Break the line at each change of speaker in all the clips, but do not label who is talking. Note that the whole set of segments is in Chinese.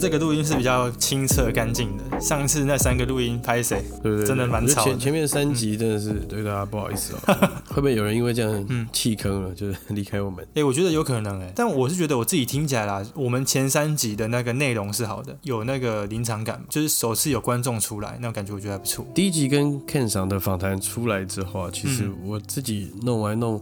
这个录音是比较清澈干净的。上次那三个录音拍谁？
对不对？
真的蛮
我觉得
吵的嗯
前前面三集真的是对大家不好意思 哦，会不会有人因为这样弃坑了，就是离开我们？
诶、我觉得有可能诶、但我是觉得我自己听起来啦，我们前三集的那个内容是好的，有那个临场感，就是首次有观众出来，那种感觉我觉得还不错。
第一集跟 Ken 上的访谈出来之后啊，其
嗯
实我自己弄完弄，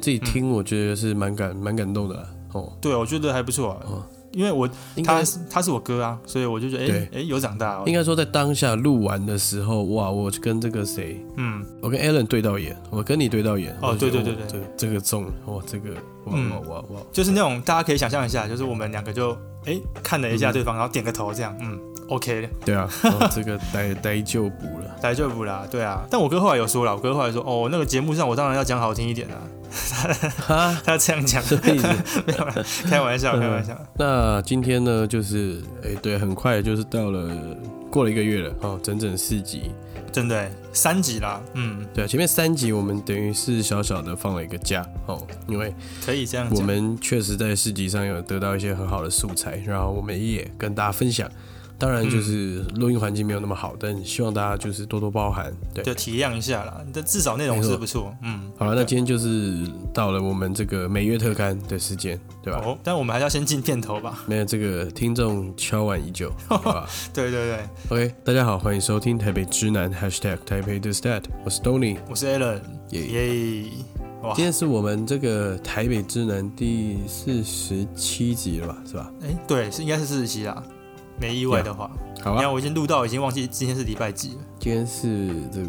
自己听，我觉得是蛮感蛮感动的啊哦。
对，我觉得还不错、啊，
哦
因为我
应
他
该
他是我哥啊，所以我就觉得诶
对
诶、有长大、哦
应。该说在当下录完的时候，哇，我跟这个谁，
嗯，
我跟 Alan 对到眼，我跟你对到眼。
哦
我觉得
对对对
哇
对
这这个中哇，这个哇
嗯
哇哇哇，
就是那种大家可以想象一下，就是我们两个就诶、看了一下对方，然后点个头这样，嗯，OK 的，
对啊，哦这个 呆呆就补了。
来就补啦，对啊。但我哥后来有说了，我哥后来说哦，那个节目上我当然要讲好听一点啊，
哈，
他这样讲，
什么意思？
没有啦，开玩笑，开玩笑。
嗯那今天呢，就是哎、对，很快就是到了过了一个月了，哦，整整四集。
真的欸三集啦，嗯，
对啊，前面三集我们等于是小小的放了一个假哦，因为
可以这样
我
讲。
们确实在市集上有得到一些很好的素材，然后我们也跟大家分享。当然，就是录音环境没有那么好，但希望大家就是多多包涵。对，
就体谅一下啦，但至少内容是不错，嗯，
好了，那今天就是到了我们这个每月特刊的时间，对吧？
哦，但我们还是要先进片头吧。
没有这个听众敲碗已久，好吧？
对对对，
OK，大家好，欢迎收听台北直男 #hashtag 台北的 stat，我是 Tony。
我是 Alan，
耶
耶，哇
今，天是我们这个台北直男第四十七集了吧，是吧？
哎，对，是应该是四十期啦，没意外的话，
好
你
啊
看，我已经录到，已经忘记今天是礼拜几了。
今天是这个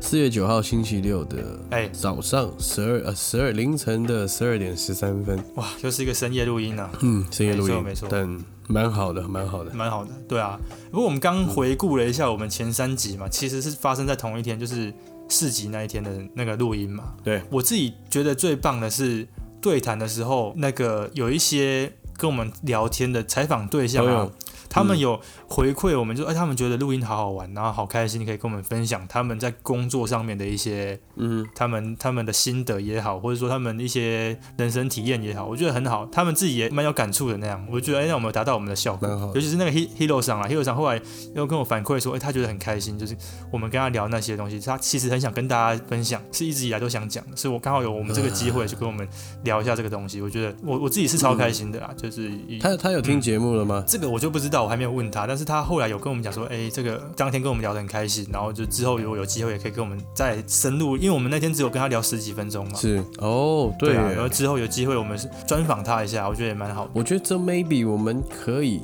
四月九号星期六的
哎，
早上十二呃十二凌晨的十二点十三分，
哇，就是一个深夜录音啊，
嗯，深夜录音，
没错没错
但蛮好的，蛮好的。
蛮好的，对啊。不过我们刚回顾了一下我们前三集嘛，其实是发生在同一天，就是四集那一天的那个录音嘛。
对
我自己觉得最棒的是对谈的时候，那个有一些跟我们聊天的采访对象
都
啊
有，
他们有回馈我们就，哎，他们觉得录音好好玩，然后好开心，可以跟我们分享他们在工作上面的一些
嗯，
他们他们的心得也好，或者说他们一些人生体验也好，我觉得很好，他们自己也蛮有感触的那样。我就觉得，哎、那我们有达到我们的效果
蛮好，的
尤其是那个 He- Hero 上啊，Hero 上后来又跟我反馈说，哎、他觉得很开心，就是我们跟他聊那些东西，他其实很想跟大家分享，是一直以来都想讲的，所以我刚好有我们这个机
嗯
会去跟我们聊一下这个东西，我觉得我我自己是超开心的啦，就是以
他他有听节目了吗？
这个我就不知道，我还没有问他，但是他后来有跟我们讲说，哎，这个当天跟我们聊得很开心，然后就之后如果有机会也可以跟我们再深入，因为我们那天只有跟他聊十几分钟嘛，
是哦，
嗯对
耶
啊，然后之后有机会我们是专访他一下，我觉得也蛮好的，
我觉得这 maybe 我们可以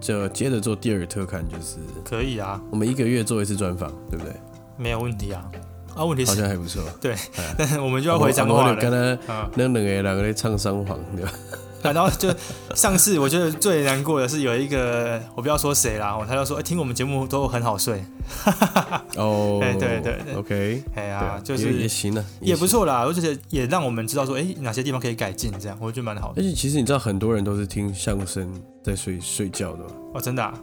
这接着做第二个特刊，就是
可以啊，
我们一个月做一次专访，对不对？
没有问题啊，啊，问题
好
是，
像还不错。
但是 我们就要回彰化
我跟
了。
他
嗯，
那两个人两个人唱双簧，对吧？
然后就上次我觉得最难过的是有一个我不要说谁啦，哦他就说、哎听我们节目都很好睡，
哦，
哎对对对
，OK，
哎
对
呀、
啊，
就
也也
是
行啊，
也不
行。
错啦，而且也让我们知道说哎、哪些地方可以改进，这样我觉得蛮好
而
的。
且其实你知道，很多人都是听相声在睡睡觉的嘛。
哦，真的、啊？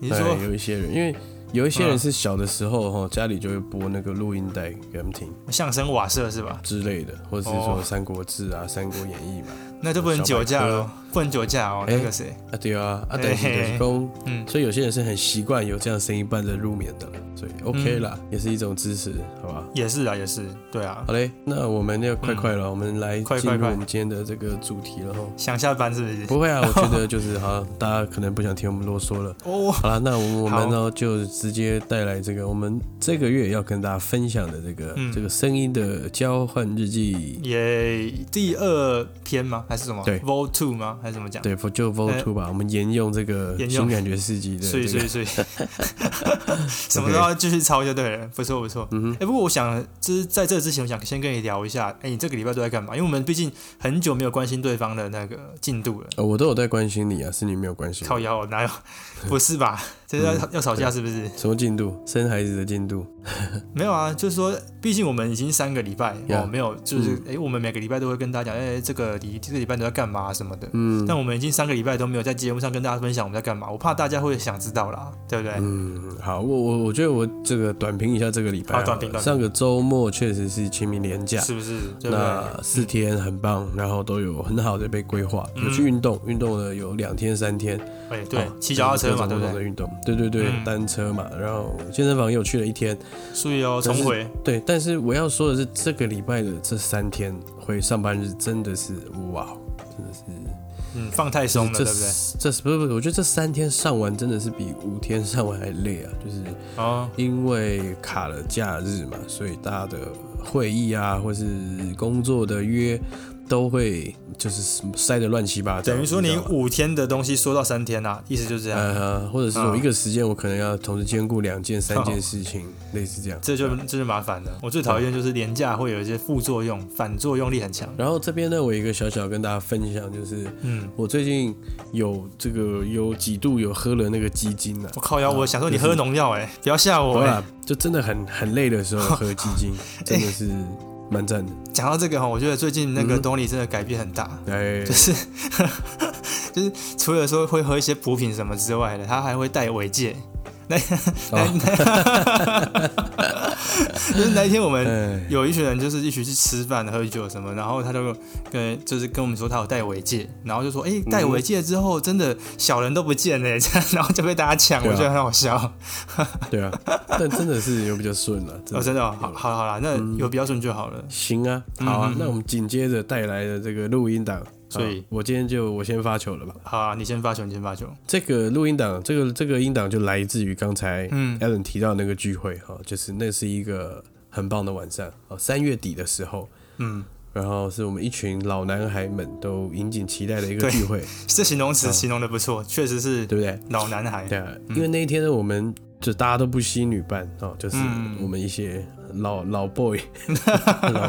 你是说
对，有一些人，因为有一些人
嗯
是小的时候哈，家里就会播那个录音带给他们听
相声瓦舍是吧？
之类的，或者是
哦
说《三国志》啊，《三国演义》嘛。
那就不能酒驾了，不能酒驾哦。
哎
那个谁，
啊对啊，啊
嘿
但是就是
嗯
讲，所以有些人是很习惯有这样的声音伴着入眠的了，所以 OK 啦，
嗯
也是一种支持，好吧？
也是啊，也是，对啊
好，嘞，那我们要快快了，我们来
嗯快
进
快
入
快
我们今天的这个主题了哈。
想下班是不是？
不会啊，我觉得就是好，大家可能不想听我们啰嗦 了。
哦，
好了，那我们我们
好
呢就直接带来这个我们这个月要跟大家分享的这个、
嗯
这个声音的交换日记。
也第二篇吗？还是什么？
对
，Vol Two 吗？还是怎么讲？
对，就 Vol Two 吧，我们沿用这个
哎沿用
新感觉世纪的
所以
这
所
个
以所以， 什么都要继续抄就对了，不错不错。嗯，哎、不过我想，就是在这之前，我想先跟你聊一下，哎、你这个礼拜都在干嘛？因为我们毕竟很久没有关心对方的那个进度了。
呃，我都有在关心你啊，是你没有关心我。
靠腰， 哪有？不是吧？这是要、
嗯
要吵架是不是？
什么进度？生孩子的进度？
没有啊，就是说，毕竟我们已经三个礼拜
Yeah
哦，没有，就是哎、诶我们每个礼拜都会跟大家讲，哎、这个礼这个礼拜都在干嘛什么的。嗯，
嗯
但我们已经三个礼拜都没有在节目上跟大家分享我们在干嘛，我怕大家会想知道啦，对不对？
嗯，好，我我我觉得我这个短评一下这个礼拜
好
了
啊短评短评
上个周末确实是清明连假，
是不是？对不对？
那四天很棒，然后都有很好的被规划，有去运动，运动了有两天三天，
哎，嗯对
哦，
骑脚踏车嘛，
各种各
对不
种
对？
的运动，对对对，
嗯
单车嘛，然后健身房也有去了一天，
所以哦，
但是
重回
对，但是我要说的是，这个礼拜的这三天回上班日真的是哇，真的是
嗯，放太松了，
这
对不对？
这是不是不是，我觉得这三天上完真的是比五天上完还累啊，就是
哦，
因为卡了假日嘛，所以大家的会议啊，或是工作的约都会就是塞得乱七八糟，
等于说
你
你
知道吗
五天的东西缩到三天啊啦，意思就是这样。
呃，或者是有一个时间我可能要同时兼顾两件、三件事情，类似这样。
这就这就麻烦了。我最讨厌就是廉价会有一些副作用，反作用力很强。
然后这边呢，我有一个小小跟大家分享，就是
嗯，
我最近有这个有几度有喝了那个鸡精啊，
我靠腰，我想说你喝农药哎、不要吓我
好
哎、
啦，就真的很很累的时候喝鸡 精，真的是蛮赞的。
讲到这个哈，我觉得最近那个东尼真的改变很大，
哎
就，是就是除了说会喝一些补品什么之外的，他还会戴尾戒。那那那，就是那一天我们
哎，
有一群人就是一起去吃饭、喝酒什么，然后他就跟就是跟我们说他有戴尾戒，然后就说哎、戴尾戒之后真的小人都不见了耶， 这样然后就被大家抢，
对啊
我觉得很好笑。
对啊，但真的是有比较顺了，真
哦，
的。
真的哦，好，好了好了，那有比较顺就好了。
行啊，好啊，那我们紧接着带来的这个录音档，
嗯所以
好我今天就我先发球了吧。
好啊，你先发球，你先发球。
这个录音档，这个这个音档就来自于刚才
嗯
Alan 提到那个聚会哈，就是那是一个很棒的晚上哦，三月底的时候，
嗯，
然后是我们一群老男孩们都引颈期待的一个
对
聚 会，
这形容词
嗯
形容的不错，确实是
对不对？
老男孩。
对啊，因为那一天呢，我们就大家都不惜女伴哦，就是
嗯
我们一些老老 boy，老老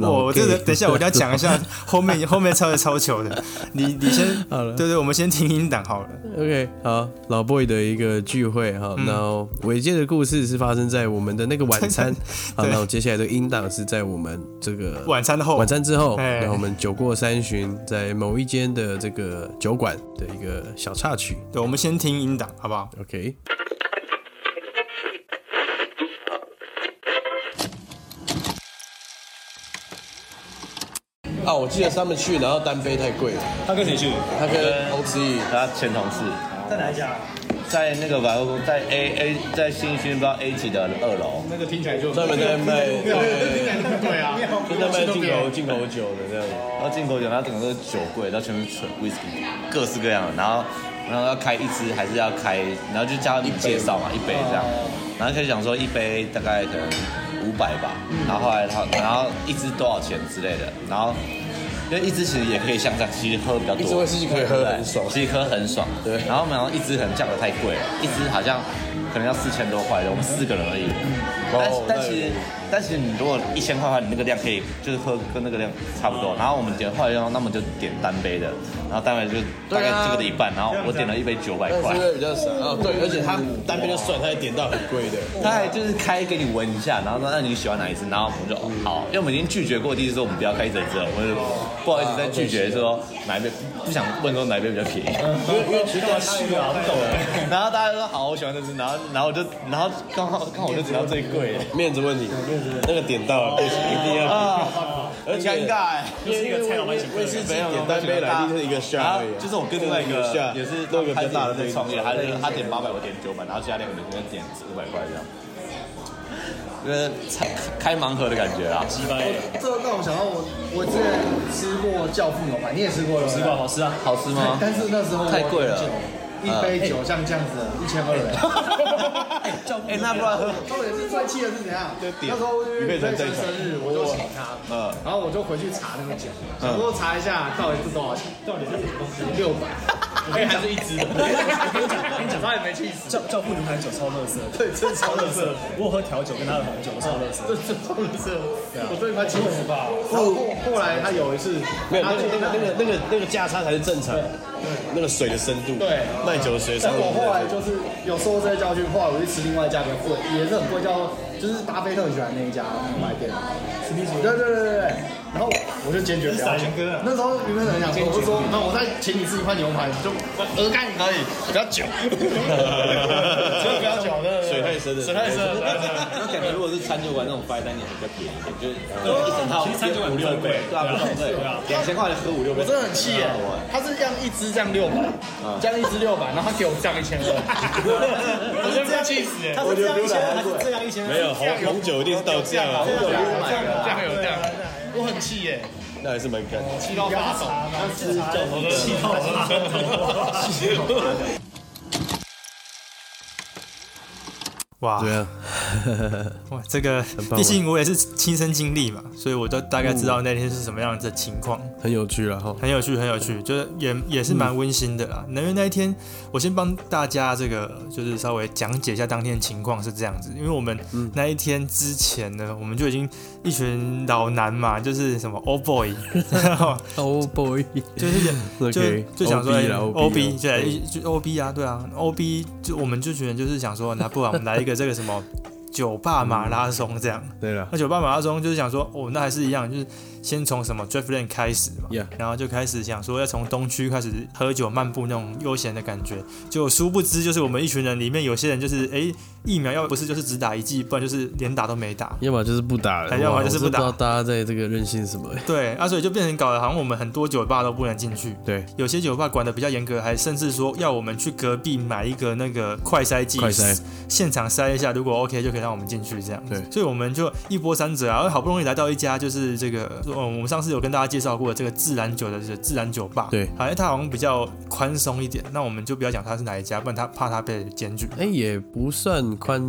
我我这个
gay
等一下我要讲 一下后面后面超的超球的，你你先
好了
对对，我们先听音档好了。
OK，好，老 boy 的一个聚会哈，
嗯
然后伟界的故事是发生在我们的那个晚餐，好，
对
那我接下来的音档是在我们这个
晚餐后
晚餐之后，
哎
然后我们酒过三巡，在某一间的这个酒馆的一个小插曲
对，我们先听音档好不好？
，OK，啊，我记得他们去，然后单杯太贵了，
他跟谁去？
他跟欧志毅
他前同事，
在哪一家？
在那个百货公，在 A A 在新勋不知道 A 几的二楼。
那个听起来就
专门在卖，对对对
对啊，
就在卖进口进口酒的这样子。
然后进口酒，它整个都是酒柜，然后全部是纯 whisky，各式各样的。然后，然后要开一支还是要开，然后就叫你介绍嘛，一杯这样。然后就想说一杯大概可能五百吧，然后后来他，然后一支多少钱之类的，然后。因为一支其实也可以像这样，其实喝比较多，
一支威士忌可以喝很爽
其实喝很爽。
对
然后我们好像一支可能价格太贵了，一支好像可能要四千多块的，我们四个人而已。但
哦
但
那
其
有
实但是你如果一千块的话，你那个量可以就是喝跟那个量差不多。然后我们点后来用，那么就点单杯的，然后单杯就大概这个的一半。然后我点了一杯九百块
但是，会比较少哦，对，而且他单杯就算，他还点到很贵的，
他还就是开给你闻一下，然后说那你喜欢哪一支？然后我们就哦好，因为我们已经拒绝过第一次说我们不要开整支了，我们就不好意思再拒绝说哪一杯，不想问说哪一杯比较便宜。
因为因为其实去啊，不懂
然后大家都说好，我喜欢这支，然后然后我就然后刚好刚好我就点到最 贵的，
面子问题，那个点到了，一定要，
啊， 很尴尬哎。
因为因为威士忌点单杯来，一定是一个
然
下
后
而已啊，
就是我跟另外一个
下
也是
弄个比
他
较大的
自己
杯子
在创业，他就是他点八百，我点九百，然后其他两个每个人点五百块这样。就是开开盲盒的感觉啊！
这让我想到我我之前吃过教父牛排，你也吃过了，吃过好吃啊，
好吃吗？
但是那时候我
太贵了啊
一杯酒像这样子一千二哎， 教父
哎，那不然喝
重点是最气的是怎样？
就点
那时候
一
因
辈
为
子
对
在想
生日，我就请他，
嗯
然后我就回去查那个酒，想说查一下到底是多少钱，到底是什么东西，六 百。我跟你讲，是一支。我跟你讲，我跟你讲，差点没气死。
教教父牛排酒超乐色，
对，真的超
超乐
乐色
色。。 我有喝调酒跟他的红酒我超乐色。啊
这这超乐色，我最快气死吧！后后来他有一次，
没有
他
那个那
去
个那个那个那个价差才是正常的，那个水的深度，
对
卖酒的水的深
但
度
我，后来就是有受这些教训，后来我去吃另外一家比较贵，也是很贵，叫就就是巴菲特喜欢那一家卖店，史密斯，对对对对对。然后我就坚决不要
是傻人
去
哥啊。
那时候原本很想说，我就说，那我再请你吃一块牛排，就鹅肝可以，不要酒，
这个不要讲 的，
水太深了，
水太深了。
那感觉如果是餐酒馆那种白单，你还比较便宜一点，就是一整套
其实餐酒馆
五六
最贵
杯，对啊，
对啊
不懂对
对啊，
两千块就喝五六杯，
我真的很气耶
啊我。
他是这样一支这样六百，这样一支六百，然后他给我这样一千二，我真的被气死耶！
我觉得比我还贵，这样一千
没有红红酒一定是到这样啊，
这样有这样有这样，我很气耶，
那还是蛮干。
气到发抖。
气泡
哇，
对啊，
哇，这个
棒啊
毕竟我也是亲身经历嘛，所以我都大概知道那天是什么样的情况，
很有趣啊哦了哈。
很有趣，很有趣，就是也也是蛮温馨的啦。那因为那一天，我先帮大家这个就是稍微讲解一下当天情况是这样子，因为我们那一天之前呢，我们就已经一群老男嘛，就是什么 old boy，然后
Oh boy，
就是 就
OK，
就想说哎
OB 啦
O
OB 啦
B 对，一就 O B 啊，对啊，O B 就我们就觉得就是想说，那不然我们来一个这个什么酒吧马拉松这样。
对了，
那酒吧马拉松就是想说，哦，那还是一样，就是先从什么 Drift Lane 开始嘛
Yeah
然后就开始想说要从东区开始喝酒漫步那种悠闲的感觉。就殊不知，就是我们一群人里面有些人就是，哎，疫苗要不是就是只打一剂，不然就是连打都没打。
要么就是不打了，
哎要么就是不打
哇我真知道大家在这个任性什么。
对，啊，所以就变成搞得好像我们很多酒吧都不能进去。
对，
有些酒吧管的比较严格，还甚至说要我们去隔壁买一个那个快筛剂，
快筛
现场筛一下，如果 OK 就可以让我们进去这样子。
对
所以我们就一波三折啊，好不容易来到一家就是这个，嗯，我们上次有跟大家介绍过这个自然酒的这个自然酒吧，
对
好像它好像比较宽松一点，那我们就不要讲它是哪一家，不然他怕他被检举。
哎，也不算宽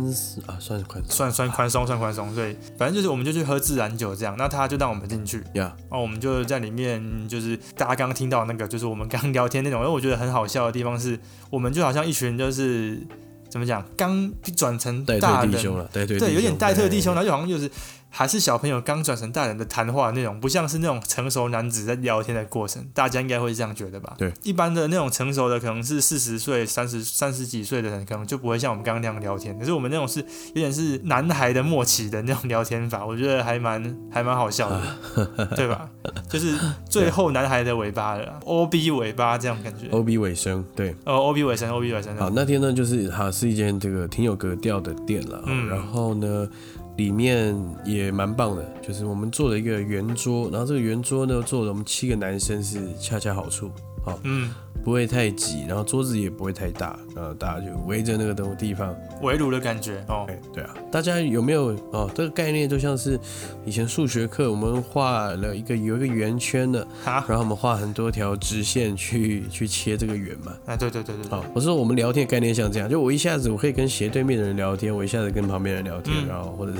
啊，算是宽
算算宽松，算宽松，所以反正就是我们就去喝自然酒这样，那他就让我们进去，
呀。
哦，我们就在里面，就是大家刚刚听到那个，就是我们刚聊天那种，因为我觉得很好笑的地方是，我们就好像一群就是怎么讲，刚转成
带
大
退
人，
弟兄了，带退弟兄
对，有点带特弟兄，
哎
然后就好像就是还是小朋友刚转成大人的谈话那种，不像是那种成熟男子在聊天的过程，大家应该会这样觉得吧？
对，
一般的那种成熟的可能是四十岁、三十三十几岁的人，可能就不会像我们刚刚那样聊天，可是我们那种是有点是男孩的默契的那种聊天法， 我觉得还蛮还蛮好笑的， 对吧？就是最后男孩的尾巴了啦，O B 尾巴这种感觉，
OB 尾声，对，
呃，O B 尾声，O B 尾声，
好，那天呢，就是哈是一间这个挺有格调的店了，
嗯
然后呢，里面也蛮棒的，就是我们做了一个圆桌，然后这个圆桌呢，坐了我们七个男生是恰恰好处，好，
嗯，
不会太挤，然后桌子也不会太大，然后大家就围着那个东地方，
围炉的感觉哦
哎、，对啊，大家有没有哦？这个概念就像是以前数学课，我们画了一个有一个圆圈的，
哈，
然后我们画很多条直线去去切这个圆嘛，
哎，对对对对对
好，，我说我们聊天的概念像这样，就我一下子我可以跟斜对面的人聊天，我一下子跟旁边人聊天，
嗯
然后或者是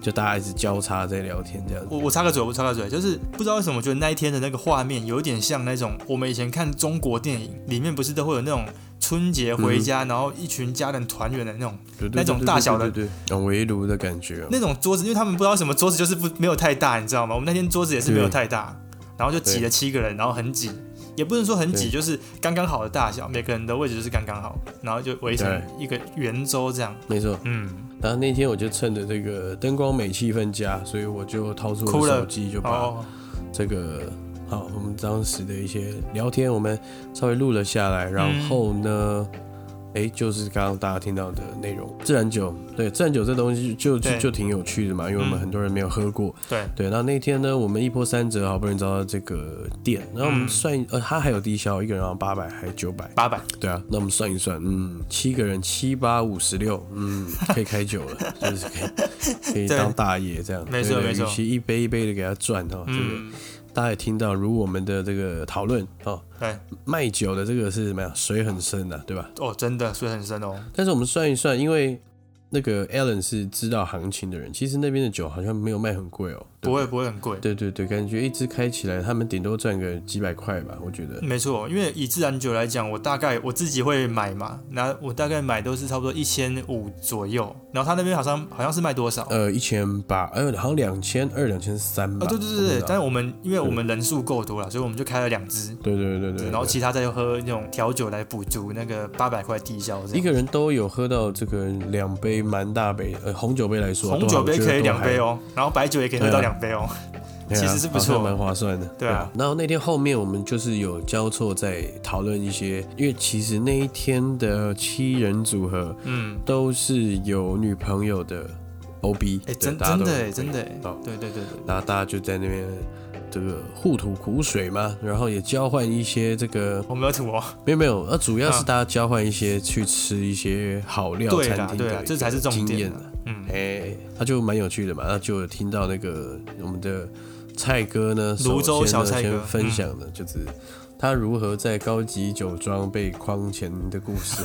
就大家一直交叉在聊天这样子。
我我插个嘴，我插个嘴，就是不知道为什么，我觉得那一天的那个画面有一点像那种我们以前看中国电影里面，不是都会有那种春节
嗯
回家，然后一群家人团圆的那种
对对对
那种大小的
对对对对围炉的感觉哦，
那种桌子，因为他们不知道什么桌子就是不没有太大，你知道吗？我们那天桌子也是没有
对
太大，然后就挤了七个人，然后很挤，也不能说很挤，
对
就是刚刚好的大小，每个人的位置就是刚刚好，然后就围成一个圆周这样，
没错。
嗯，
然后那天我就趁着这个灯光美、气氛佳，所以我就掏出
哭
我的
了
手机，就把
哦，
这个好我们当时的一些聊天，我们稍微录了下来。然后呢，
嗯
哎、就是刚刚大家听到的内容，自然酒。对，自然酒这东西就就
对
就挺有趣的嘛，因为我们
嗯
很多人没有喝过。
对，
对，那那天呢，我们一波三折，好不容易找到这个店，然后我
嗯
们算一，呃，它还有低消，一个人好像八百还是九百，
八百，
对啊，那我们算一算，嗯，七个人七八五十六，嗯，可以开酒了， 就是可以可以
对
当大爷这样，
没错
对对
没错
与其一杯一杯的给他赚哈，这个
嗯，
大家也听到，如我们的这个讨论哦，
对，
卖酒的这个是什么呀？水很深的、对吧？
哦，真的水很深哦，
但是我们算一算，因为那个 Alan 是知道行情的人，其实那边的酒好像没有卖很贵哦，对
不会不会很贵。
对对对，感觉一支开起来，他们顶多赚个几百块吧，我觉得。
没错，因为以自然酒来讲，我大概我自己会买嘛，那我大概买都是差不多一千五左右，然后他那边好像好像是卖多少？
呃，一千八，呃，好像两千二、两千三吧。
哦，对对
我不
对
知
对
道，
但是我们因为我们人数够多了，所以我们就开了两支，
对对对对对，
然后其他再喝那种调酒来补足那个八百块低消这
一
样。
个人都有喝到这个两杯蛮大杯，呃，红酒杯来说，
红酒杯可以两杯
哦。
哦，然后白酒也可以喝到两杯哦。
对啊
其实是不错
好像蛮划算的。
对啊
然后那天后面我们就是有交错在讨论一些，因为其实那一天的七人组合，
嗯，
都是有女朋友的 OB，
哎，真
大家
真
都
的
有
哎，真的哎
女朋友，
对对对对，
然后大家就在那边这个互吐苦水嘛，然后也交换一些这个
我没有吐哦。
没有没有，呃，主要是
啊
大家交换一些去吃一些好料
对
餐
啦
厅
对啦
的，
这才是重
经
点
验
啊
啊。
嗯，
哎，他就蛮有趣的嘛，他就有听到那个我们的蔡哥呢，
泸
首
州
先
小
呢
蔡哥嗯
先分享的就是他如何在高级酒庄被框钱的故 事，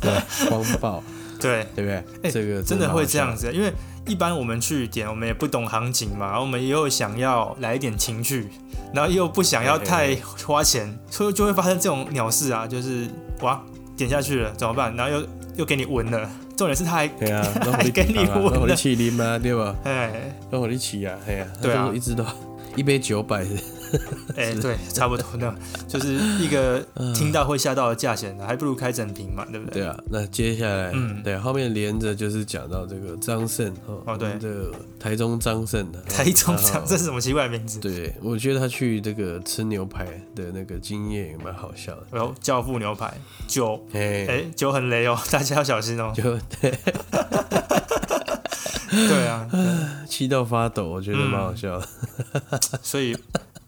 对，框爆，
对，
对不对？
哎
这个
真的
蛮
会
好
这
笑
样子，啊因为一般我们去点，我们也不懂行情嘛，然后我们也有想要来一点情趣，然后又不想要太花钱，所以就会发生这种鸟事啊，就是哇点下去了怎么办？然后又又给你闻了，重点是他还
对啊，那
还
我
跟你问
那我
呢
力气拎嘛，对吧？
哎
那我力气啊，哎呀，他
对啊
就一直都一杯九百，
哎对，差不多那就是一个听到会吓到的价钱，啊还不如开整瓶嘛，对不对？
对啊。那接下来，
嗯
对，啊后面连着就是讲到这个张胜哦，
哦对
我们的台中张胜的
台中长，这
胜，
是什么奇怪的名
嗯
字？
对，我觉得他去这个吃牛排的那个经验也蛮好笑的，
然后教父牛排酒，
哎，
哎酒很雷哦，大家要小心哦。
就
对啊，
气到发抖，我觉得蛮好笑的。
所以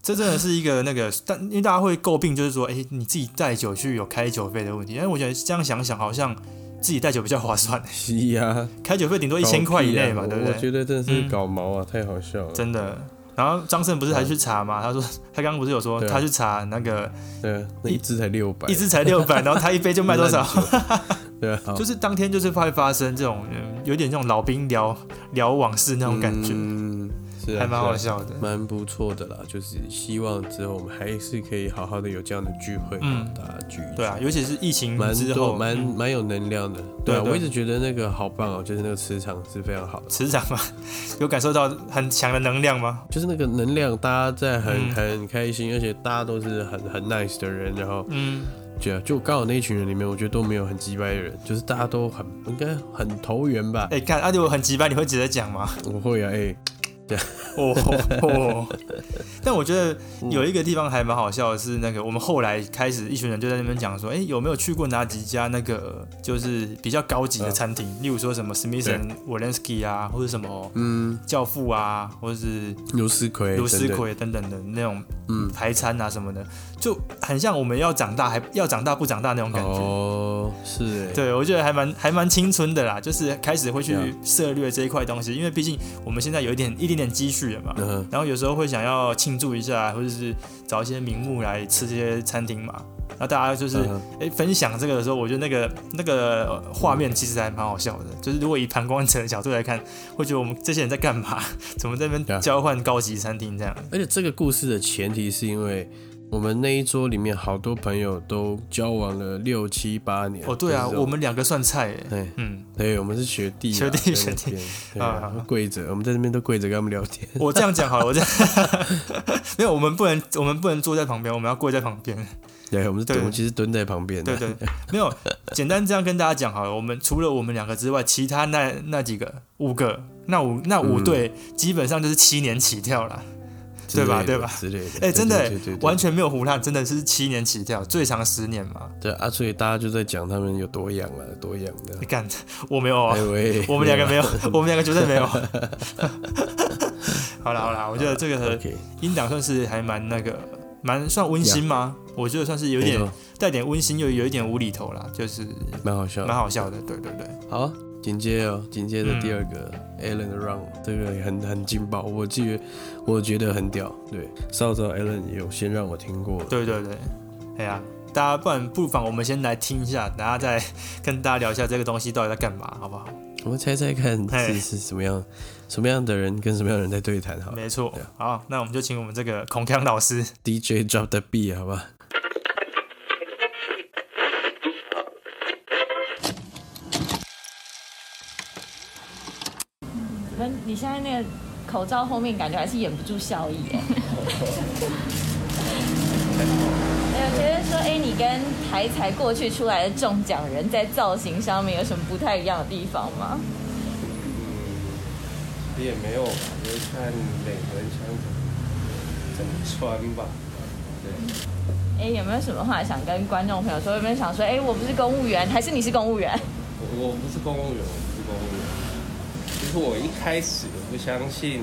这真的是一个那个，但因为大家会诟病，就是说，哎、你自己带酒去有开酒费的问题。但是我觉得这样想想，好像自己带酒比较划算，
是呀，
开酒费顶多一千块以内嘛，
搞屁啊
对
我
不
我觉得
对？
真的是
嗯
搞毛啊，太好笑了。
真的。然后张胜不是还去查嘛？他说他刚刚不是有说
对啊
他去查那个
对啊，那一支才六百，
一支才六百，然后他一杯就卖多少？
对啊，
就是当天就是会发生这种嗯有点这种老兵聊聊往事那种感觉，
嗯，是啊
还蛮
是啊
好笑的。
蛮不错的啦，就是希望之后我们还是可以好好的有这样的聚会，
嗯
大家聚一聚
对啊，，尤其是疫情
蛮
之
多
后，
蛮
嗯
蛮有能量的。对啊，
对对
我一直觉得那个好棒哦、就是那个磁场是非常好的，
磁场嘛， 有感受到很强的能量吗？
就是那个能量，大家在很、
嗯
很开心，而且大家都是很很 nice 的人，然后
嗯，
就就刚好那一群人里面，我觉得都没有很鸡掰的人，就是大家都很应该很投缘吧。
哎、看阿迪我很急掰，你会直接讲 吗？
我会啊，哎、
哦哦，但我觉得有一个地方还蛮好笑的是，那个我们后来开始一群人就在那边讲说，哎、有没有去过哪几家那个就是比较高级
嗯
的餐厅，例如说什么 Smithson、Walensky 啊，或者什么
嗯，
教父啊，或者是
卢思奎，
卢思
真的，
奎等等的那种
嗯
排餐啊什么的，就很像我们要长大还要长大不长大那种感觉。
哦，是哎、
对，我觉得还蛮还蛮青春的啦，就是开始会去
对啊
涉略这一块东西，因为毕竟我们现在有一点一点点积蓄了嘛，
嗯哼
然后有时候会想要庆祝一下，或者是找一些名目来吃这些餐厅嘛。那大家就是哎
嗯、哼
诶分享这个的时候，我觉得那个那个呃画面其实还蛮好笑的。就是如果以旁观者的角度来看，会觉得我们这些人在干嘛？ 怎么在那
对啊
边交换高级餐厅这样？
而且这个故事的前提是因为我们那一桌里面好多朋友都交往了六七八年。
哦，对啊，
就是这种
我们两个算菜耶、
对
嗯，
对，我们是学弟啊，
学弟
在那
学弟
边，对啊
啊，
都跪着，我们在那边都跪着跟他们聊天。
我这样讲好了，我这样 没有，我们不能我们不能坐在旁边，我们要跪在旁边。
对，我们是
对
我们其实蹲在旁边的
对。对，没有，简单这样跟大家讲好了。我们除了我们两个之外，其他那那几个五个，那五那五队、
嗯
基本上就是七年起跳了。
之类的
对吧对吧
之类的，对
哎、真的、
对对对，对
完全没有胡乱，真的是七年起跳，最长十年嘛。
对啊，所以大家就在讲他们有多痒啊，多痒的
你。看，我没有啊
哎，喂，
我们两个没
有啊
有，我们两个绝对 没有。好啦好啦，我觉得这
啊。
个
OK，
音档算是还蛮那个，蛮算温馨吗？我觉得算是有
没
点
错
带点温馨，又有一点无厘头啦，就是
蛮好笑的
蛮。好笑的。对对对。
好啊，紧接哦，紧接着第二个、Alan
嗯
的 Run，这个很很劲爆，我记得我觉得很屌。对，稍早 Alan 有先让我听过了，
对对对，哎呀、大家不然不妨我们先来听一下，等下再跟大家聊一下这个东西到底在干嘛，好不好？
我们猜猜看
嘿
是是什么样什么样的人跟什么样的人在对谈好了
没错，好，那我们就请我们这个孔康老师，
，DJ drop the beat 好吧？
可是你现在那个口罩后面感觉还是掩不住笑意哎。哎我觉得问说，哎，你跟台才过去出来的中奖人在造型上面有什么不太一样的地方吗？
也没有吧，就是看每个人想怎么穿吧。
哎，有没有什么话想跟观众朋友说？有没有想说，哎，我不是公务员，还是你是公务员？
我我不是公务员，我不是公务员。其实我一开始不相信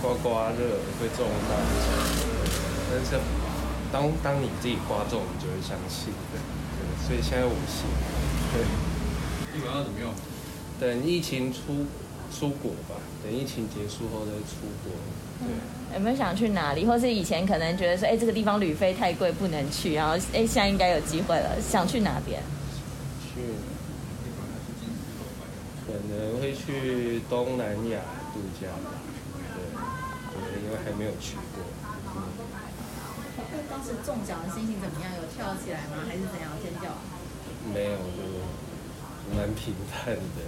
刮刮乐会中大奖，但是当当你自己刮中，你就会相信对，对所以现在我信。对，疫苗要怎么用？等疫情出出国吧，等疫情结束后再出国。
有没有想去哪里？或是以前可能觉得说，哎，这个地方旅费太贵，不能去，然后哎，现在应该有机会了，想去哪边？
去，可能会去东南亚度假吧。对，对，因为还没有去过。
那当时中奖的心情怎么样？有跳起来吗？还是怎样尖叫？
没有，就蛮平淡的，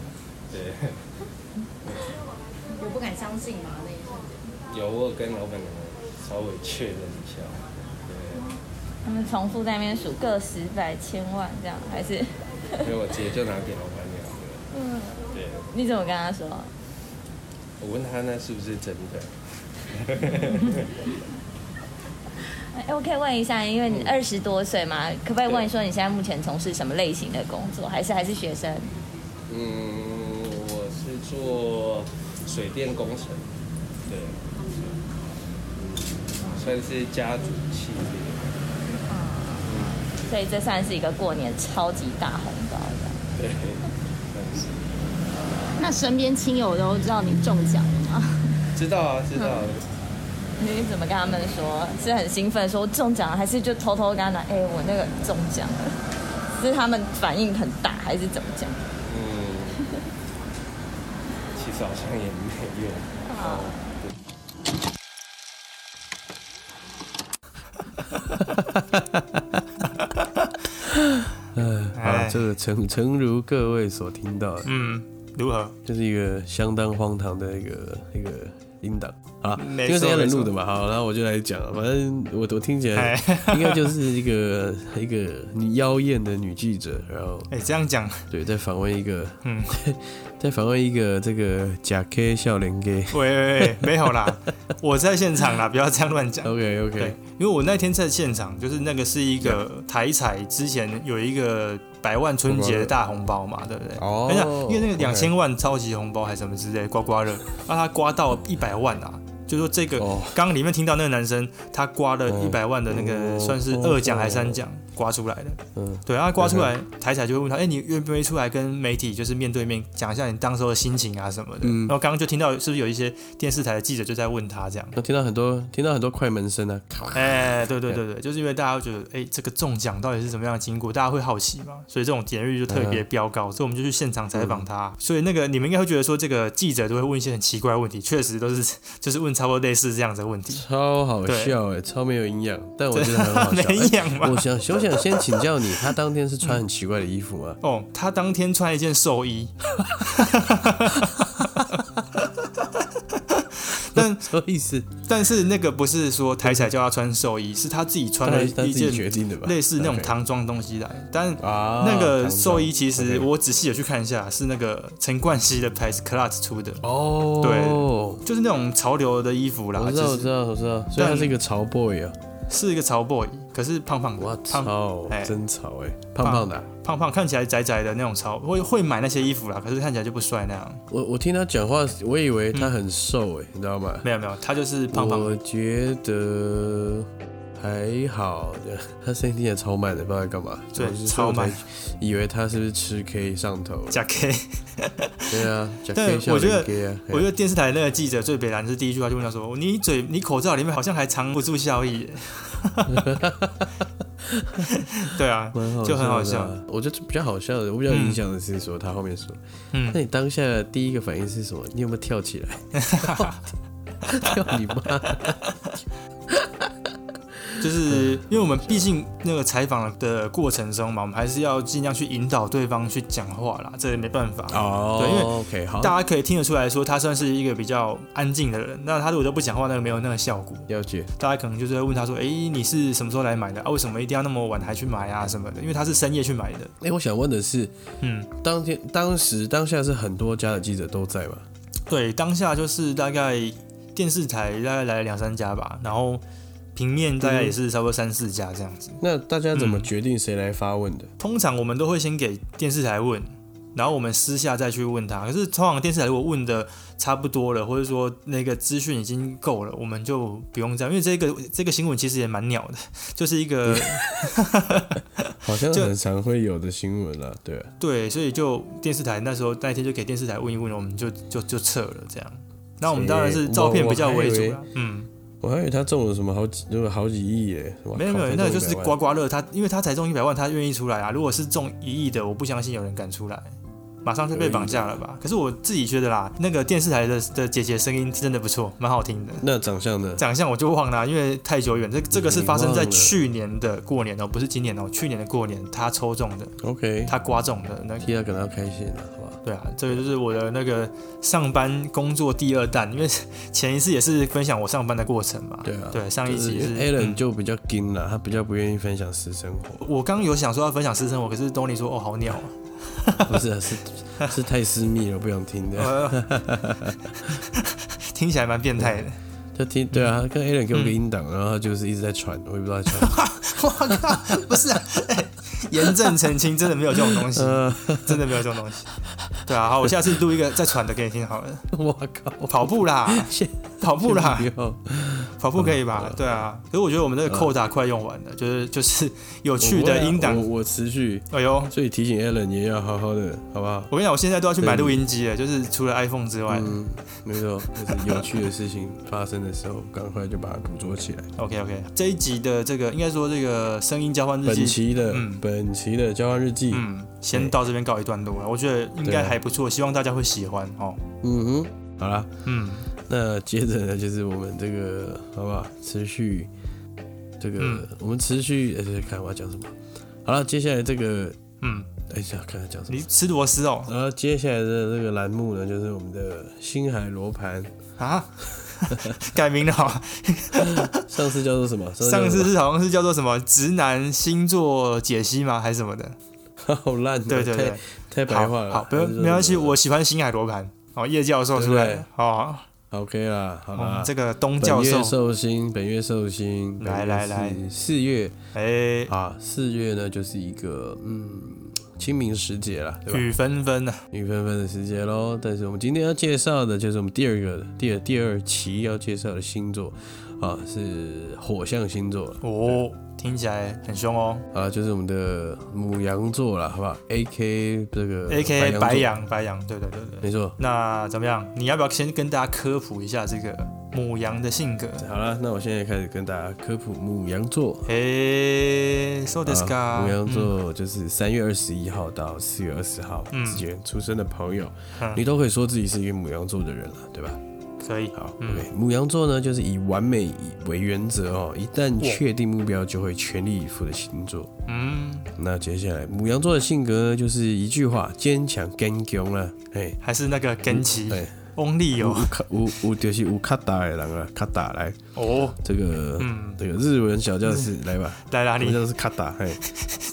对。
有不敢相信吗？那一瞬间，
有我有跟老板娘稍微确认一下，
他们嗯重复在那边数个十百千万这样，还是
对，因为我直接就拿给老板娘了。对，
你怎么跟他说？
我问他那是不是真的？
哎，我可以问一下，因为你二十多岁嘛，可不可以问说你现在目前从事什么类型的工作？还是还是学生？
嗯，我是做水电工程，对，算是家族企业。
所以这算是一个过年超级大红包的。
对，嗯算是
那身边亲友都知道你中奖了吗？
知道啊，知道啊、
你怎么跟他们说？是很兴奋说中奖了，还是就偷偷跟他拿？哎、我那个中奖了，是他们反应很大，还是怎么讲？
嗯，其实好像也没有。
哎哎
啊，这个诚诚如各位所听到的，
嗯，如何？
这是一个相当荒唐的一个一个音档啊，因
没错
为是要人录的嘛，好，然后我就来讲，反正我我听起来
哎
应该就是一个一个妖艳的女记者，然后
哎，这样讲，
对，在访问一个，
嗯，
在访问一个这个假 K 笑脸 K。
喂喂喂，没 有啦，我在现场啦，不要这样乱讲。
OK
对
OK，，
因为我那天在现场，就是那个是一个台彩之前有一个百万春节的大红包嘛，对不对？
哦
哎呀因为那个两
OK 嗯
千万超级红包还是什么之类，刮刮乐，那他刮到一百万啊。就说这个
哦，
刚刚里面听到那个男生，他刮了一百万的那个，
哦
算是二奖还是三奖刮出来的。
嗯，
对，然后刮出来，台彩就会问他，哎、你愿不愿意出来跟媒体就是面对面讲一下你当时候的心情啊什么的？
嗯
然后刚刚就听到是不是有一些电视台的记者就在问他这样？
那听到很多听到很多快门声啊，咔
哎、对对对对，就是因为大家会觉得，哎、这个中奖到底是怎么样的经过，大家会好奇嘛，所以这种点率就特别
嗯
飙高，所以我们就去现场采访他。所以那个你们应该会觉得说，这个记者都会问一些很奇怪的问题，确实都是就是问差不多类似这样子的问题。
超好
对
笑哎，超没有营养，但我觉得很 好
没
笑。哎
营养吗
我想，我想先请教你，他当天是穿很奇怪的衣服 吗？
哦，他当天穿一件寿衣，但
什么意思？
但是那个不是说台彩叫他穿寿衣，是他自己穿
当
了
然是他自
一
己决
件
定的吧，
类似那种
OK
唐装东西来，但
啊，
那个
唐装
寿衣其实
OK
我仔细的去看一下，是那个陈冠希的牌子 Clutch 出的，
哦，对。
就是那种潮流的衣服啦，
我知道，
就
我知
是
道，我知道，所以他是一个潮 boy 啊！
是一个潮 boy，可是胖胖
我
的，胖
操
哎，
真潮哎，胖胖的啊。
胖胖看起来宅宅的那种潮，会会买那些衣服啦，可是看起来就不帅那样。
我我听他讲话，我以为
嗯
他很瘦哎，你知道吗？
没有没有，他就是胖胖的，
我觉得还好，他声音听起来超慢的，不知道在干嘛。
对
我就是
超慢，
所以我才以为他是不是吃 K 上 头了？
假 K。
对啊，假
但
K 笑
我觉得
脸 K 啊，
我觉得电视台那个记者最北蓝就是第一句话就问他说：“哦你嘴你口罩里面好像还藏不住笑意 耶。”对啊，
蛮好笑的啊
就很好笑。
我觉得比较好笑的，我比较印象的是说他后面说，
嗯
那你当下的第一个反应是什么？你有没有跳起 来？跳你妈！
就就是因为我们毕竟那个采访的过程中嘛，我们还是要尽量去引导对方去讲话啦，这也没办法。
哦，
对因为
OK 好，
大家可以听得出来说，他算是一个比较安静的人。那他如果都不讲话，那个没有那个效果。
了解，
大家可能就是会问他说：“诶，你是什么时候来买的啊？为什么一定要那么晚还去买啊什么的？”因为他是深夜去买的。
哎、我想问的是，
嗯，
当天、当时、当下是很多家的记者都在嘛？
对，当下就是大概电视台大概来了两三家吧，然后平面大概也是差不多三四家这样子。
那大家
嗯
怎么决定谁来发问的？
通常我们都会先给电视台问，然后我们私下再去问他。可是通常电视台如果问的差不多了，或者说那个资讯已经够了，我们就不用这样，因为这个这个新闻其实也蛮鸟的， 就是一个
好像
就
很常会有的新闻啊，对啊，
对，所以就电视台那时候那一天就给电视台问一问，我们就就就撤了这样。那我们当然是照片比较为主啦，嗯。
我还以为他中了什么好几，就是好几亿耶，哇
没有
靠
没有，
才
那个
中
就是
100万
刮刮乐，他因为他才中一百万，他愿意出来啊。如果是中一亿的，我不相信有人敢出来，马上就被绑架了吧？可是我自己觉得啦，那个电视台的的姐姐声音真的不错，蛮好听的。
那长相呢？
长相我就忘了啊、因为太久远。这这个是发生在
你忘了
去年的过年哦，不是今年哦，去年的过年他抽中的，
OK，
他刮中的那个。
替他感到开心了、好吧？
对啊，这个就是我的那个上班工作第二弹，因为前一次也是分享我上班的过程嘛。
对啊，
对，上一集
就是是 Alan
嗯
就比较硬了，他比较不愿意分享私生 活，
我刚有想说要分享私生活，可是 Tony 说哦好鸟 啊。
不是啊是是太私密了，不想听 的。
呃听起来蛮变 态的。
他听对
嗯
啊，他跟 Alan 给我个音档，然后他就是一直在传，我也不知道在 传。
我靠，不是、啊，严正澄清，真的没有这种 东西，真的没有这种 东西。对啊，好，我下次录一个再传的给你听好 了。
我靠，
跑步啦，跑步
哦
啦
不，要，
跑步可以吧？对啊，可是我觉得我们这个扣打快用完了，就是就是有趣
我不会
的
啊
音档
我。我持续，
哎呦，
所以提醒 Alan 也要好好的，好不好？
我跟你讲，我现在都要去买录音机了，就是除了 iPhone 之外。
嗯，没错，就是有趣的事情发生的时候，赶快就把它捕捉起来。
OK OK，这一集的这个应该说这个声音交换日
本
记。
期的
嗯
本期的交换日记，
嗯，先到这边告一段落了，我觉得应
对
该
啊
还不错，希望大家会喜欢哦。
嗯哼，好啦，
嗯，
那接着呢，就是我们这个好不好？持续这个，
嗯
我们持续，哎、对看我要讲什么。好了，接下来这个，
嗯，
哎、想看他讲什么
你。吃螺丝哦
然后接下来的这个栏目呢，就是我们的星海罗盘，
啊？ 改名了哦，
上次叫做什么？
上次
次
是好像是叫做什么直男星座解析吗？还是什么的？
叫做什么 好烂哦，
对对对，
太太白话
好
了。
好，不
还
用
是说
没关系，
什么
我喜欢星海罗盘哦，叶教授出来
对不
的哦，
OK 啦，好
我
啦
们，这个东
本
教
月
授，
寿星，本月寿星，
来
本月
来来
是四月
哎，
啊，四月呢就是一个嗯清明时节啦，对吧？
雨纷纷啊，
雨纷纷的时节喽。但是我们今天要介绍的就是我们第二个第二第二期要介绍的星座啊，是火象星座
哦，听起来很凶哦
啊，就是我们的母羊座啦，好不好？A K 这个
，A K
座
白，羊白羊，对对对对。
没错。
那怎么样？你要不要先跟大家科普一下这个母羊的性格？
好了，那我现在开始跟大家科普母羊座。
哎，so this
啊
guy，
呃母羊座就是三月二十一号到四月二十号之间出生的朋友，
嗯
你都可以说自己是一个母羊座的人了，对吧？
可以，
好、
嗯
o k 母羊座呢，就是以完美以为原则哦，一旦确定目标就会全力以赴的星座。
嗯，
那接下来，母羊座的性格呢，就是一句话：坚强、坚强了。哎，
还是那个根奇
嗯对，
，Only 哦
有
有
卡有有就是有卡达的人啊，卡达来，
哦，
这个、
嗯
这个日文小教室来吧，
来啦，
好
你
像是卡达，哎，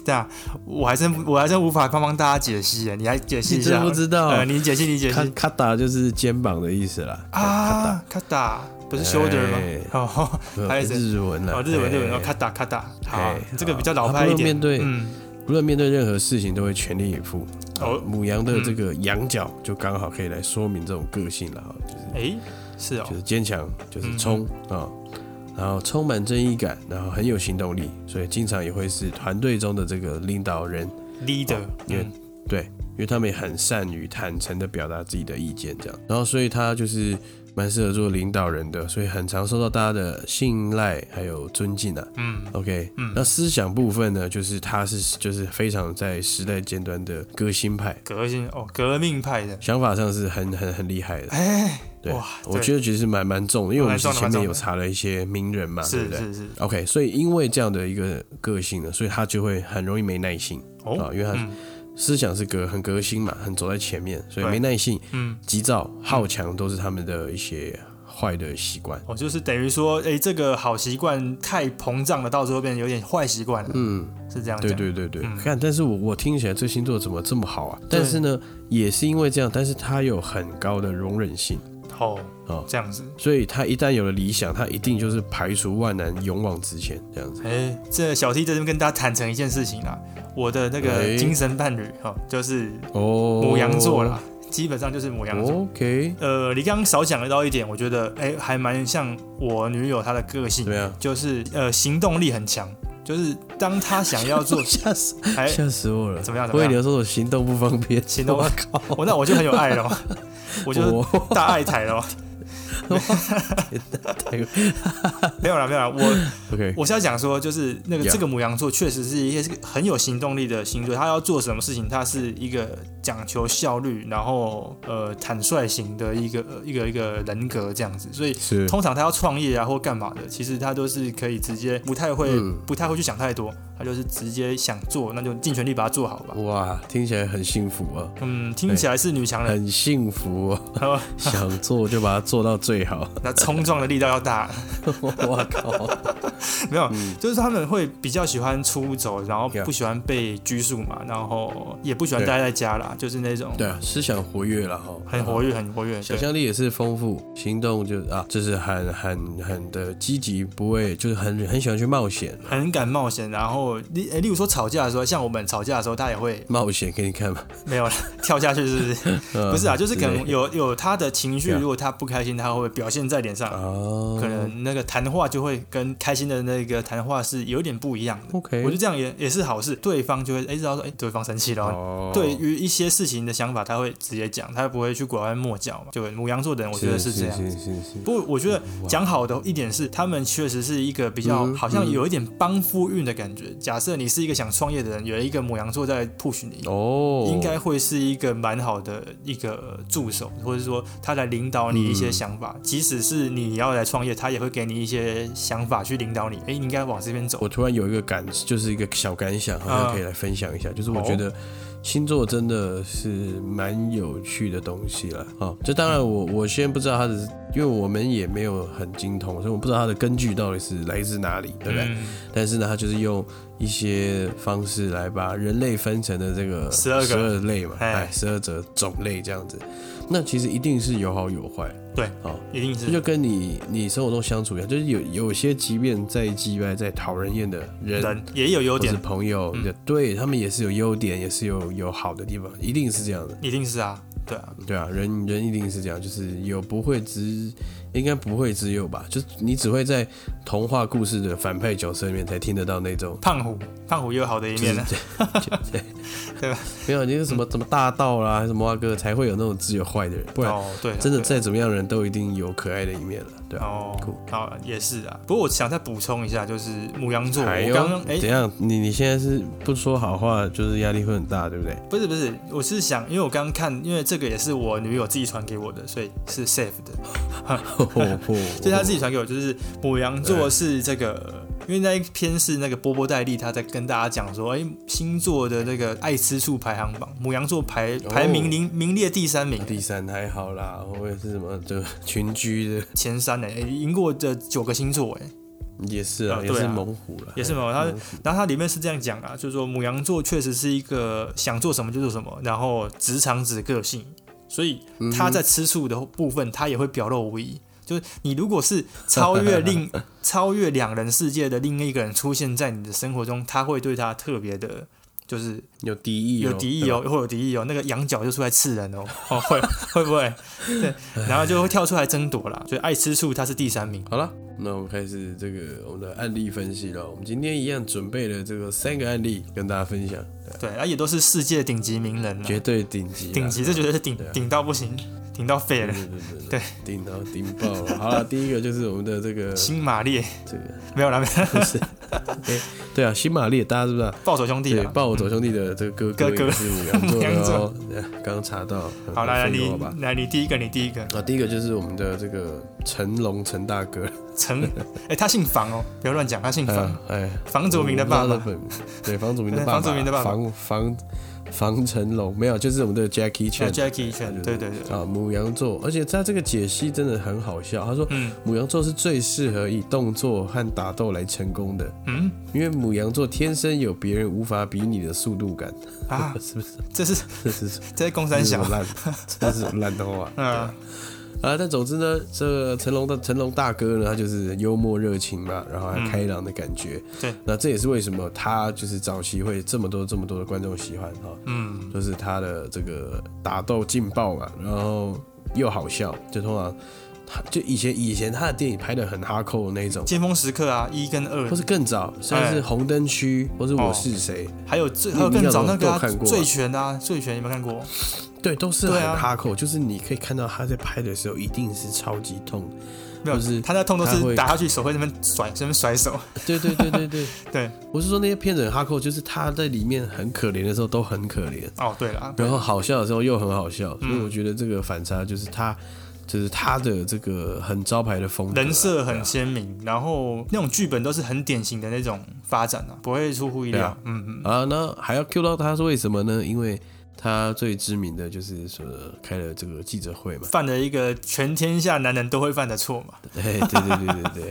这样，我还真我还真无法帮帮大家解析耶，你来解析一下
你
好
真
了，
不知道
呃，你解析你解
卡
析
卡达就是肩膀的意思啦，
啊，卡达不是 shoulder
哎
吗？哦，还有谁？
日文啦，
哦，日文日文
哎
哦，卡达卡达，好
哎，
这个
好
比较老
他
派
不
一
论
点，
面对
嗯，
无论面对任何事情都会全力以赴。
哦
哦，母羊的这个羊角就刚好可以来说明这种个性了哈，就是
哎，是哦嗯
就，是坚强，就是冲啊，然后充满正义感，然后很有行动力，所以经常也会是团队中的这个领导人，
leader，
因为
嗯
对，因为他们也很善于坦诚的表达自己的意见，这样，然后所以他就是蛮适合做领导人的，所以很常受到大家的信赖还有尊敬啊。
嗯
OK，
嗯
那思想部分呢，就是他是就是非常在时代尖端的革新派，
革新哦，革命派的，
想法上是很很很厉害的。
哎，
对
哇，
我
对
觉得其实蛮蛮重的，因为我们是
蛮
前
重的
面
蛮重的
有查了一些名人嘛，
是
对不对？
是是
OK，所以因为这样的一个个性呢，所以他就会很容易没耐性
哦
啊，因为他思想是革很革新嘛，很走在前面，所以
对
没耐性、
嗯
急躁、好强都是他们的一些坏的习惯。
哦，就是等于说，哎、这个好习惯太膨胀了，到时候变成有点坏习惯了，
嗯，
是这样讲。
对对对对，
嗯
看，但是我我听起来这星座怎么这么好啊？但是呢，也是因为这样，但是他有很高的容忍性
哦，
哦，
这样子。
所以他一旦有了理想，他一定就是排除万难，勇往直前这样子。
哎、这小 T 在这边跟大家坦诚一件事情啦，我的那
哎
个精神伴侣哦，就是
哦，
母羊座啦，基本上就是母羊座。
OK，
呃，你刚刚少讲到一点，我觉得哎、还蛮像我女友她的个性
怎，么样？，
就是呃，行动力很强，就是当她想要做
吓死
哎，
吓死我了！
怎么样？怎
我
么
以为
样？
你说我行动不方便，
行动
我靠，
我哦那我就很有爱咯，我就是
我
大爱台咯。
太
没有啦，没有啦，我
OK，
我是要讲说，就是那个
Yeah
这个母羊座确实是一些很有行动力的星座，他要做什么事情，他是一个讲求效率，然后呃坦率型的一个呃一个一个人格这样子，所以
是
通常他要创业啊或干嘛的，其实他都是可以直接不太会、
嗯
不太会去想太多，他就是直接想做，那就尽全力把它做好吧。
哇，听起来很幸福啊，
嗯，听起来是女强人，
很幸福 啊，
好吧
想做就把它做到最 好。
那冲撞的力道要大。
我靠，
没有，就是他们会比较喜欢出走，然后
嗯 Yeah
不喜欢被拘束嘛，然后也不喜欢
对
待在家啦，就是那种
对啊，思想活跃了哈，
很活跃、很活跃。
想
对，
象力也是丰富，行动就啊，就是很很很的积极，不会就是很很喜欢去冒险，
很敢冒险。然后，例诶例如说吵架的时候，像我们吵架的时候，他也会
冒险给你看嘛。
没有啦跳下去，是不是？
呃
不是啊，就是可
之
能
类
有有他的情绪，
Yeah
如果他不开心，他会表现在脸上。
哦，
可能那个谈话就会跟开心的那个谈话是有点不一样的，
OK，
我觉得这样也也是好事，对方就会哎诶知道说诶对方生气了，
哦
对于一些事情的想法，他会直接讲，他不会去拐弯抹角嘛。就母羊座的人，我觉得是这样
是
子。
是是
不过我觉得讲好的一点是，他们确实是一个比较
嗯
好像有一点帮夫运的感觉。假设你是一个想创业的人，有一个母羊座在 push 你，
哦，
应该会是一个蛮好的一个助手，或者说他来领导你一些想法。即使是你要来创业，他也会给你一些想法去领导你。哎，你应该往这边走。
我突然有一个感，就是一个小感想，好像可以来分享一下。就是我觉得星座真的是蛮有趣的东西了啊、哦这当然我我先不知道它的，因为我们也没有很精通，所以我不知道它的根据到底是来自哪里，对不对？
嗯
但是呢，它就是用一些方式来把人类分成的这个
12个
十二类嘛，
哎
哎，十二则种类这样子。那其实一定是有好有坏，
对
哦，
一定
这
是
就跟你你生活中相处一样，就是有有些即便再鸡掰、再讨人厌的人，
人也有优
或是
点，嗯
朋友，对他们也是有优点，也是有有好的地方，一定是这样的，
一定是啊，对啊，
对啊，人人一定是这样，就是有不会只，应该不会只有吧，就是你只会在童话故事的反派角色里面才听得到那种。
胖虎，胖虎也有好的一
就是
面啊呢。
对
对吧？嗯
没有，就是什么什么大盗啦，什么蛙哥才会有那种只有坏的人，不然
哦， 对啊，
真的
对啊
再怎么样的人都一定有可爱的一面了，对吧、
哦
酷，
好也是啊。不过我想再补充一下，就是母羊座，
哎
我
呦
刚刚哎
怎，样？你你现在是不说好话，就是压力会很大，对 不对？
不是不是，我是想，因为我刚刚看，因为这个也是我女友自己传给我的，所以是 safe 的， 所以她自己传给我，就是母羊座是这个。因为那一篇是那个波波戴利，他在跟大家讲说，哎、星座的那个爱吃醋排行榜，母羊座排排名名名列哦第三名，
第三还好啦，我也是什么就群居的，
前三呢、哎赢过这九个星座、哎，
也是啊，
啊
也
对啊
是猛虎了，
也是嘛，他然后它里面是这样讲啊，就是说母羊座确实是一个想做什么就做什么，然后直肠子个性，所以他在吃醋的部分，他也会表露无遗。就是你如果是超越 另超越两人世界的另一个人出现在你的生活中，他会对他特别的，就是
有敌意，
有敌意哦，，会有敌意哦，那个羊角就出来刺人哦， 哦会会不会？对，然后就会跳出来争夺啦。所以爱吃醋他是第三名，
好了，那我们开始这个我们的案例分析了。我们今天一样准备了这个三个案例跟大家分享，
对，啊也都是世界顶级名人了。
绝对顶级啦，
顶级，这绝对是顶
对啊嗯
顶到不行，顶到废了
对。对对
对，
顶到顶爆了。好了，第一个就是我们的这个
新马列
这个
没有 啦，没有啦，
不是，哎，对啊，新玛丽，大家知不知道？
暴走兄弟
对，
啊，
暴走兄弟的这个哥
哎哥哥
也是母羊座的哦。对刚刚查到。
好，来来你
吧。
来你第一个，你第一个。
啊，第一个就是我们的这个成龙陈大哥，
陈，哎，他姓房哦，不要乱讲，他姓房。
哎，
房祖名的爸爸
我不知道他本，对，房祖名的爸爸，
房祖名的爸爸
房房房成龙没有，就是我们的 Jackie
哎
Chan。
，Jackie Chan，对对对，
啊，母羊座，而且他这个解析真的很好笑。他说，
嗯
母羊座是最适合以动作和打斗来成功的，
嗯，
因为母羊座天生有别人无法比拟的速度感
啊
是不是？
这是
这是
这是公三
这是
小
什么烂，这是什么烂的话。
嗯，
啊，但总之呢，这个成龙的成龙大哥呢，他就是幽默热情嘛，然后还开朗的感觉。
对，
那这也是为什么他就是早期会这么多这么多的观众喜欢哈。
嗯，
就是他的这个打斗劲爆嘛，然后又好笑，就通常他就以前以前他的电影拍的很哈扣的那一种，
尖峰时刻啊，一跟二
或，是更早像是
哎
红灯区或是我是谁，
还有最
你
还有更早
你
那
应该
个
都
啊
看过吧
醉拳啊，醉拳有没有看过？
对，都是
对
很
啊
哈扣，就是你可以看到他在拍的时候一定是超级痛，
没有，
就是
他那痛都
他
是
会
打下去手会那边甩，那边甩手。
对对对对 对
对，
我是说那些片子很哈扣，就是他在里面很可怜的时候都很可怜，
哦，对了，
然后好笑的时候又很好笑，所以
嗯
我觉得这个反差就是他，就是他的这个很招牌的风格啊，
人设很鲜明，然后那种剧本都是很典型的那种发展啊，不会出乎意
对
料
啊。
嗯嗯，
啊，那还要 Q 到他是为什么呢？因为他最知名的就是说开了这个记者会嘛，
犯了一个全天下男人都会犯的错嘛。
哎，对对对对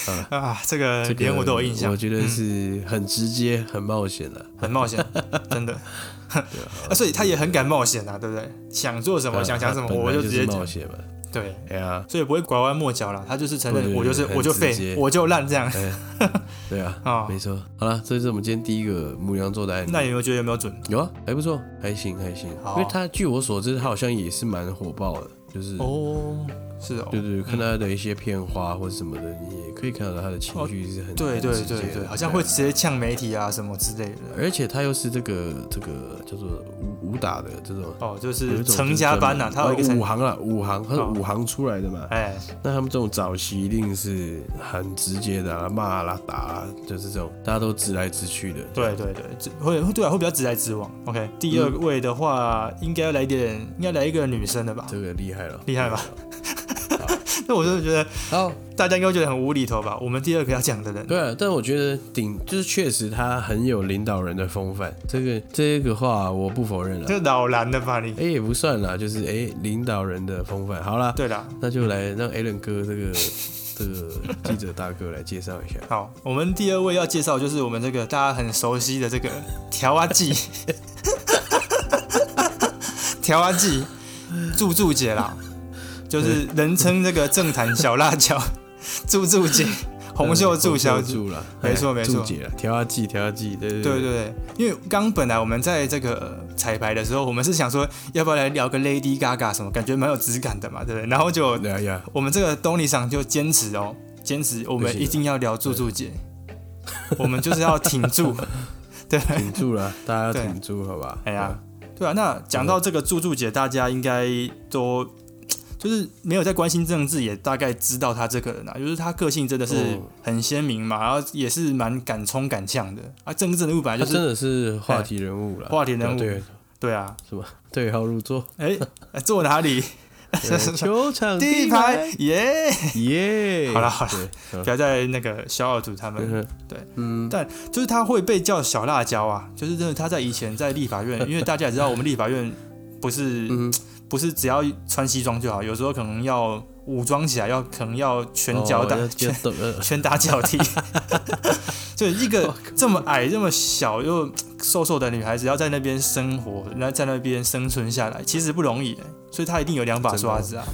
对，
啊，这个
这个
连我都有印象，
我觉得
嗯
是很直接、很冒险的。
很冒 险，真的。 啊，所以他也很敢冒险啊，对不对？想做什么，
啊
想讲什么，
他本
我
来就
直
是
接
冒
讲。
险嘛，
对，
哎呀，
所以不会拐弯抹角了，他就是承认
对对
我就是
对很
我就
直
废，
接
我就烂这样。
哎，对啊，
哦
没错。好了，这是我们今天第一个母羊座的案例。
那你有没有觉得有没有准？
有啊，还不错，还行还行。
好
因为他据我所知，他好像也是蛮火爆的，就是
哦，是哦，
对对，对看他的一些片花或者什么的，你也可以看得到他的情绪是很
哦对对
很直接
对
的啊
对，好像会直接呛媒体啊什么之类的。
而且他又是这个这个叫做武武打的这种，
哦，就
有一
是
种就是
成家班呐、
专门
他有一个成
五，行啦，五行，他是
哦
五行出来的嘛。
哎，
那他们这种早期一定是很直接的、啊，骂啦、打啦，就是这种大家都直来直去的。
对对对，这会会对啊，会比较直来直往。OK，第二位的话，应该要来点，应该来一个女生的吧，
这个厉害了，
厉 害吧？那我真的觉得
好，
大家应该会觉得很无厘头吧？我们第二个要讲的人，
对啊，但我觉得顶就是确实他很有领导人的风范，这个这个话我不否认了。
这老蓝的吧你？
哎、也不算啦，就是哎、领导人的风范。好啦，
对啦，
那就来让 a l a n 哥这个这个记者大哥来介绍一下。
好，我们第二位要介绍就是我们这个大家很熟悉的这个调阿 季，调阿季，柱柱姐啦，就是人称这个政坛小辣椒，柱柱姐，洪秀柱小姐。
柱了，
没错
哎
没错
柱姐了，调下剂，调下剂，对对
对对对，因为刚本来我们在这个呃彩排的时候，我们是想说要不要来聊个 Lady Gaga 什么，感觉蛮有质感的嘛，对不对？然后就
对呀呀，
我们这个东尼赏就坚持哦，坚持我们一定要聊柱柱姐，我们就是要挺 住。对，
挺住了，大家要
对
挺住，好吧？
哎呀，对啊。那讲到这个柱柱姐，大家应该都就是没有在关心政治，也大概知道她这个人啊，就是她个性真的是
嗯
很鲜明嘛，然后也是蛮敢冲敢呛的啊。政治人物本
对，他
来就
真
是
的是话题人物了，
话题人物
对
对啊，
对号入座，
哎，坐哪里？
对球场
第一排，耶！
耶！
好啦好啦
对，好
不要再那个小耳主他们
嗯哼
对，
嗯，
但就是他会被叫小辣椒啊，就是真的他在以前在立法 院，因为大家也知道我们立法院不是、
嗯
不是只要穿西装就好，有时候可能要武装起来，要可能要拳脚打、
哦要
拳
要懂 呃
拳打脚 踢，就一个这么矮这么小又瘦瘦的女孩子要在那边生活，然后在那边生存下来，其实不容易欸，所以她一定有两把刷子啊，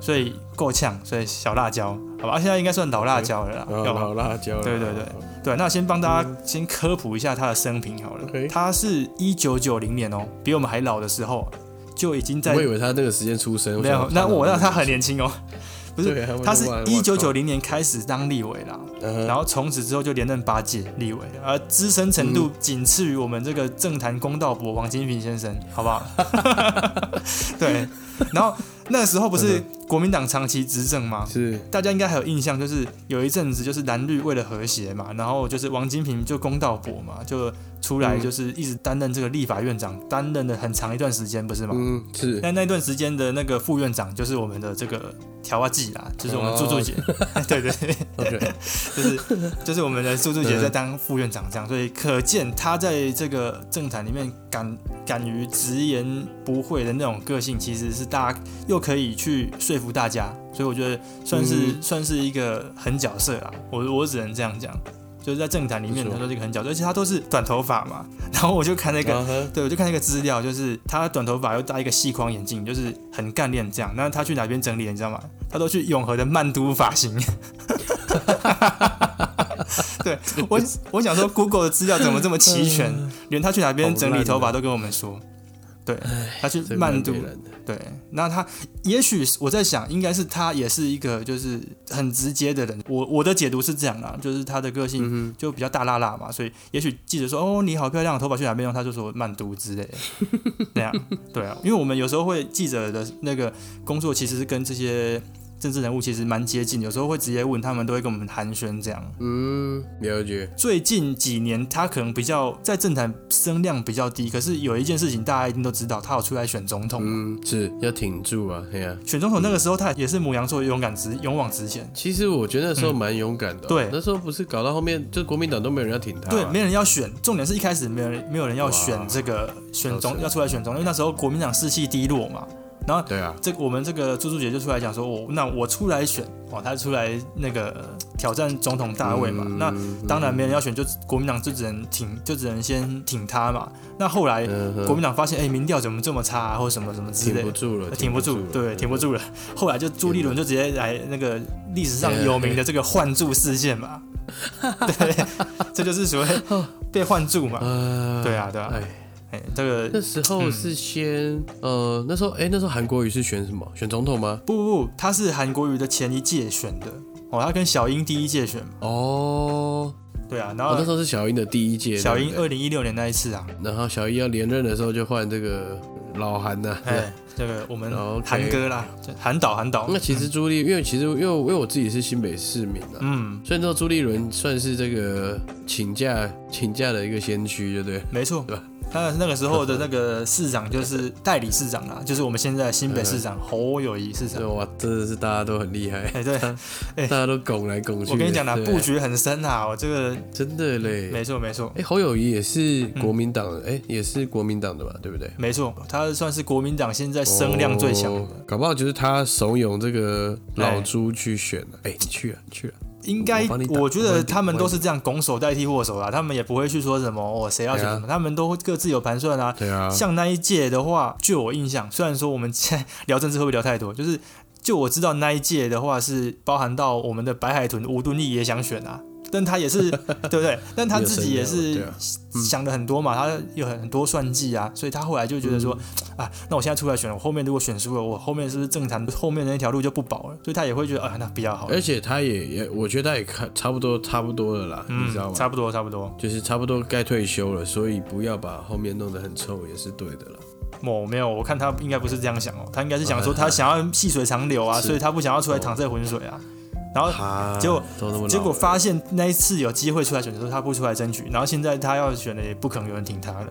所以够呛，所以小辣椒，好吧，啊现在应该算老辣椒了啦，
哦
要吧
老辣椒啦，
对对对对，啊那先帮大家先科普一下他的生平好了。
嗯 OK
他是一九九零年哦，比我们还老的时候就已经在
我以为他那个时间出生，
没有，那我让他很年轻哦。不
对
是
啊，
他是
我
一九九，零年开始当立委啦，
我靠
然后从此之后就连任八届立委，而资深程
嗯
度仅次于我们这个政坛公 道伯王金平先生，好不好？对，然后那时候不是国民党长期执政嘛，
嗯是
大家应该还有印象，就是有一阵子就是蓝绿为了和谐嘛，然后就是王金平就公道博嘛，就出
嗯
来就是一直担任这个立法院长，担任了很长一段时间，不是吗？
嗯，是。
但那段时间的那个副院长就是我们的这个调啊季啦，就是我们
哦
柱柱姐， 对对对
OK，
就是就是我们的柱柱姐在当副院长这样，所以可见她在这个政坛里面敢敢于直言不讳的那种个性，其实是大家又可以去说服大家，所以我觉得算是、
嗯
算是一个狠角色啦，我我只能这样讲。就是在政坛里面，
不错
他都是一个狠角色，而且他都是短头发嘛。 然后我就看那个
啊哈
对，我就看那个资料，就是他短头发又戴一个细框眼镜，就是很干练这样。那他去哪边整理，你知道吗？他都去永和的曼都发型。 对我，我想说 Google 的资料怎么这么 齐全，
哎
连他去哪边整理头发都跟我们说。对，他去
哦哎这个
曼都
蛮北蓝的
对，那他也许是我在想，应该是他也是一个就是很直接的人。我我的解读是这样啦，就是他的个性就比较大辣辣嘛，所以也许记者说哦你好漂亮，头发去哪边用，他就说曼都之类的，那样对啊，因为我们有时候会记者的那个工作其实是跟这些政治人物其实蛮接近，有时候会直接问他们，都会跟我们寒暄这样。
嗯，了解。
最近几年，他可能比较在政坛声量比较低，可是有一件事情大家一定都知道，他有出来选总统。
嗯，是要挺住啊，哎呀、
选总统那个时候，他也是母羊座，勇敢直勇往直前。
其实我觉得那时候蛮勇敢的哦、
对
那时候不是搞到后面，就国民党都没有人要挺他、啊
对，没人要选，重点是一开始没有人没有人要选这个选
好
总
扯
要出来选总，因为那时候国民党士气低落嘛。然后
对啊，
这个我们这个猪猪姐就出来讲说，我、那我出来选哦，她出来那个呃挑战总统大位嘛，
嗯
那当然没人要选，就国民党就只能挺，就只能先挺她嘛。那后来
嗯哼
国民党发现，哎、民调怎么这么差、啊，或什么什么之
挺
类
不
的。呃
住了，嗯
挺不住，对，挺不住了。后来就朱立伦就直接来那个历史上
对
有名的这个换柱事 件嘛，对，这就是所谓被换柱嘛。
呃，
对啊，对嗯啊，
哎，
哎，这个
那时候是先、呃，那时候哎、那时候韩国瑜是选什么？选总统吗？
不不不，他是韩国瑜的前一届选的哦，他跟小英第一届选嘛，
哦，
对啊，然
哦，那时
后
候是小英的第一届，
小
对
英
不对
二零一六年那一次啊，
然后小英要连任的时候就换这个老韩啊呐、
哎，这个我们
哦 OK
韩哥啦，韩导韩导
那，其实朱立，因为其实因为因为我自己是新北市民啊，
嗯，
所以那时候朱立伦算是这个请假请假的一个先驱，对不对？
没错
对吧。
他那个时候的那个市长就是代理市长啦，就是我们现在新北市长侯友谊市长
对，。哇，真的是大家都很厉害，
哎，对，
大家都拱来拱去的。
我跟你讲啦，
对
布局很深啊，我这个
真的嘞。
没错没嗯错
哎、侯友谊也是国民党的，哎、也是国民党的吧，对不对？
没错，他算是国民党现在声量最强的，哎
哦搞不好就是他怂恿这个老朱去选了、哎、你去啊，去啊，
应该
我帮你打
我觉得他们都是这样拱手代替握手啦，他们也不会去说什么哦谁要选什么，
对啊
他们都各自有盘算啊。
对啊，
像那一届的话，据我印象，虽然说我们 现在聊政治会不会聊太多，就是就我知道那一届的话是包含到我们的白海豚吴敦义也想选啊，但他也 是对不对？但他自己也
没有声
是
量对啊
想了很多嘛，他有很多算计啊，所以他后来就觉得说、
嗯
啊，那我现在出来选，我后面如果选输了，我后面是不是政坛后面那条路就不保了？所以他也会觉得啊，那比较好，
而且他也也，我觉得他也看差不多差不多了啦，你知道
嗯，
吗？
差不多差不多，
就是差不多该退休了，所以不要把后面弄得很臭也是对的了。
我没有，我看他应该不是这样想哦，他应该是想说他想要细水长流啊，
是
所以他不想要出来淌这浑水啊。然后
啊，
结果
都那么老了
结果发现那一次有机会出来选的时候，他不出来争取，然后现在他要选的也不可能有人挺他了，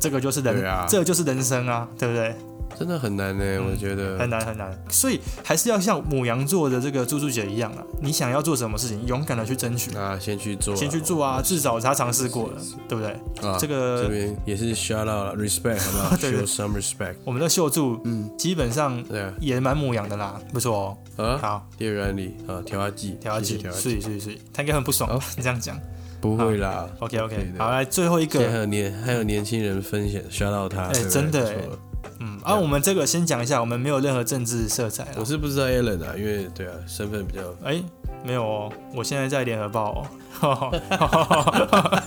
这个就是人，
对啊
这就是人生啊，对不对？
真的很难呢、我觉得
嗯很难很难，所以还是要像母羊座的这个猪猪姐一样啊，你想要做什么事情，勇敢的去争取，
啊，先去做啊，
先去做啊，至少他尝试过了，对不对？
啊。
这个
这边也是 shout out 了，respect 好不好
对对
？Show some respect。
我们的秀柱，嗯，基本上
对啊，
也蛮母羊的啦，不错哦。
啊，
好，
第二个案例啊，调压剂，
调下
谢
去
谢调压，
是
剂，
是是，他应该很不爽吧？你这 样讲
不会啦。
，OK
对
OK，
的
好，来最后一
现在还
个，
有年还有年轻人分享 shout out 他，
哎
对不对
真的
不错
嗯，啊，我们这个先讲一下，我们没有任何政治色彩
我
了。
是不知道 Alan 啊，因为对啊，身份比较
哎，没有哦，我现在在联合报 哦。
哦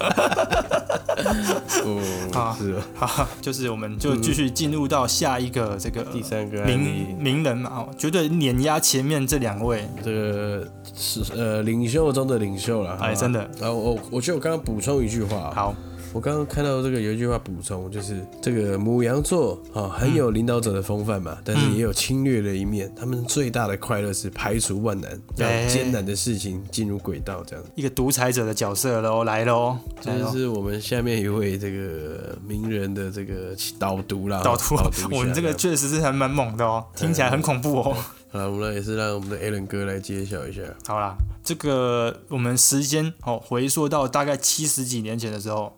啊，
是啊
好，就是我们就继续进入到下一个这个
嗯第三个案
名
例，
名人嘛，哦，绝对碾压前面这两位。
这个是呃领袖中的领袖了，好吧
哎真的
然后我我觉得我刚刚补充一句话，
好，
我刚刚看到这个有一句话补充，就是这个母羊座啊、哦很有领导者的风范嘛，但是也有侵略的一面。他们最大的快乐是排除万难，
哎
让艰难的事情进入轨道，这样。
一个独裁者的角色喽，来喽，
这就是我们下面一位这个名人的这个导读啦，
导图
导读一下，
我们这个
样
确实是还蛮猛的哦，听起来很恐怖哦。
好了，我们也是让我们的 Alan 哥来揭晓一下。
好啦，这个我们时间哦回溯到大概七十几年前的时候，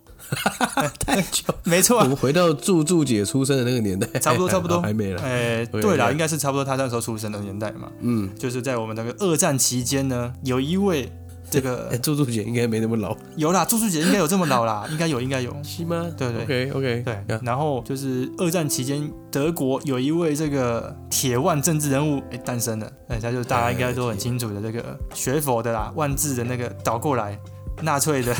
太久，
没错
我
啊，
们回到祝祝姐出生的那个年代，
差不多差不多，
哦 还没了。
哎，对啦，应该是差不多他那时候出生的年代嘛，
嗯，
就是在我们那个二战期间呢，有一位这
哎，
个
祝祝姐应该没那么老，
有啦，朱朱姐应该有这么老啦，应 该有应该有，
是吗？啊
对对。
OK OK，
对，然后就是二战期间，德国有一位这个铁腕政治人物哎诞生了，哎，他就大家应该都很清楚的这个学佛的啦，万字的那个倒过来，纳粹 的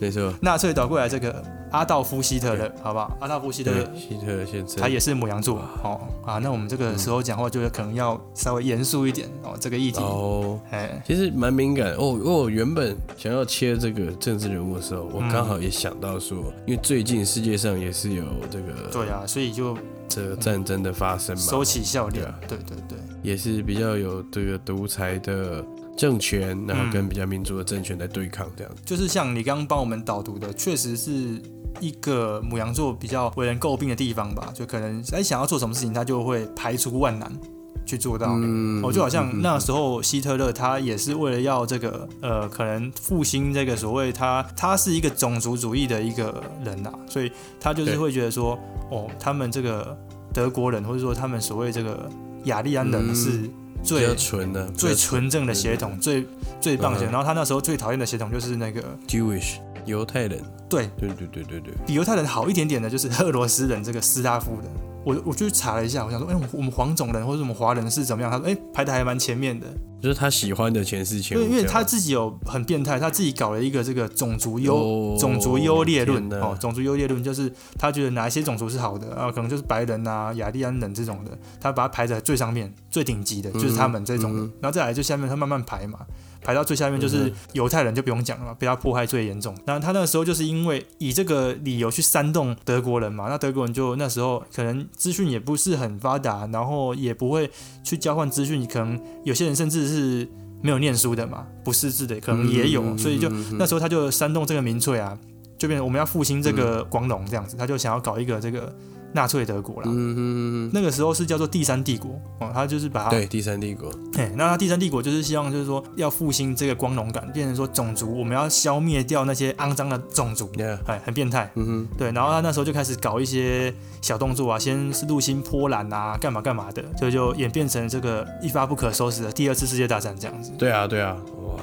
没错，
纳粹倒过来这个阿道夫希特勒，好不好？阿道夫希特
对
勒，
希特勒先生，
他也是母羊座哦啊，那我们这个时候讲话就是可能要稍微严肃一点哦，这个议题，
哦，
哎，
其实蛮敏感哦。因为我原本想要切这个政治人物的时候，我
嗯
刚好也想到说，因为最近世界上也是有这个
对啊，所以就
这个战争的发生嘛，
收起笑脸
对啊，
对对对，
也是比较有这个独裁的政权，然
嗯
后跟比较民主的政权在对抗这样子。
就是像你刚刚帮我们导读的，确实是一个母羊座比较为人诟病的地方吧，就可能哎想要做什么事情，他就会排除万难去做到。
嗯
哦，就好像那时候希特勒他也是为了要这个呃，可能复兴这个所谓他他是一个种族主义的一个人呐、所以他就是
对
会觉得说，哦，他们这个德国人或者说他们所谓这个雅利安人
嗯
是
比
最、
较纯的，
最纯正的血统，最最棒的血
嗯
统。
哼
然后他那时候最讨厌的血统就是那个
Jewish 犹太人，
对
对对对对对，
比犹太人好一点点的，就是俄罗斯人这个斯拉夫人。我我去查了一下，我想说，哎、我们黄种人或者我们华人是怎么样？他说，哎、排的还蛮前面的，
就是他喜欢的前世前
因
五
为
这
因
样，
为他自己有很变态，他自己搞了一个这个种族优、
哦
种族优劣论
天哪
哦，种族优劣论就是他觉得哪一些种族是好的啊，可能就是白人啊、雅利安人这种的，他把它排在最上面、最顶级的，就是他们这种的，
嗯
然后再来就下面他慢慢排嘛。排到最下面就是犹太人，就不用讲了嘛，被他迫害最严重。那他那个时候就是因为以这个理由去煽动德国人嘛，那德国人就那时候可能资讯也不是很发达，然后也不会去交换资讯，可能有些人甚至是没有念书的嘛，不识字的可能也有，
嗯
所以就
嗯嗯
那时候他就煽动这个民粹啊，就变成我们要复兴这个光荣这样子，他就想要搞一个这个纳粹德国啦。
嗯嗯嗯
那个时候是叫做第三帝国哦，他就是把
嗯，
它
对，第三帝国，
嘿，那他第三帝国就是希望，就是说要复兴这个光荣感，变成说种族，我们要消灭掉那些肮脏的种族，
Yeah，
哎，很变态。
嗯
对，然后他那时候就开始搞一些小动作啊，先是入侵波兰啊，干嘛干嘛的，所以就演变成这个一发不可收拾的第二次世界大战这样子
哼，。对啊对啊，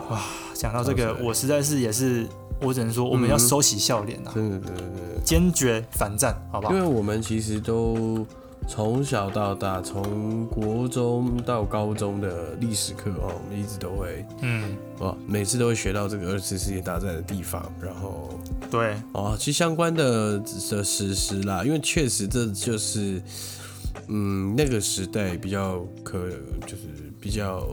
哇，
讲到这个
超，帅
我实在是也是，我只能说我们要收起笑脸啊，
嗯真的真的真的。
坚决反战，好不好
因为？我们其实都从小到大，从国中到高中的历史课哦，我们一直都会
嗯，
哦，每次都会学到这个二次世界大战的地方，然后
对，
哦，其实相关的的实施啦，因为确实这就是嗯那个时代比较可就是比较。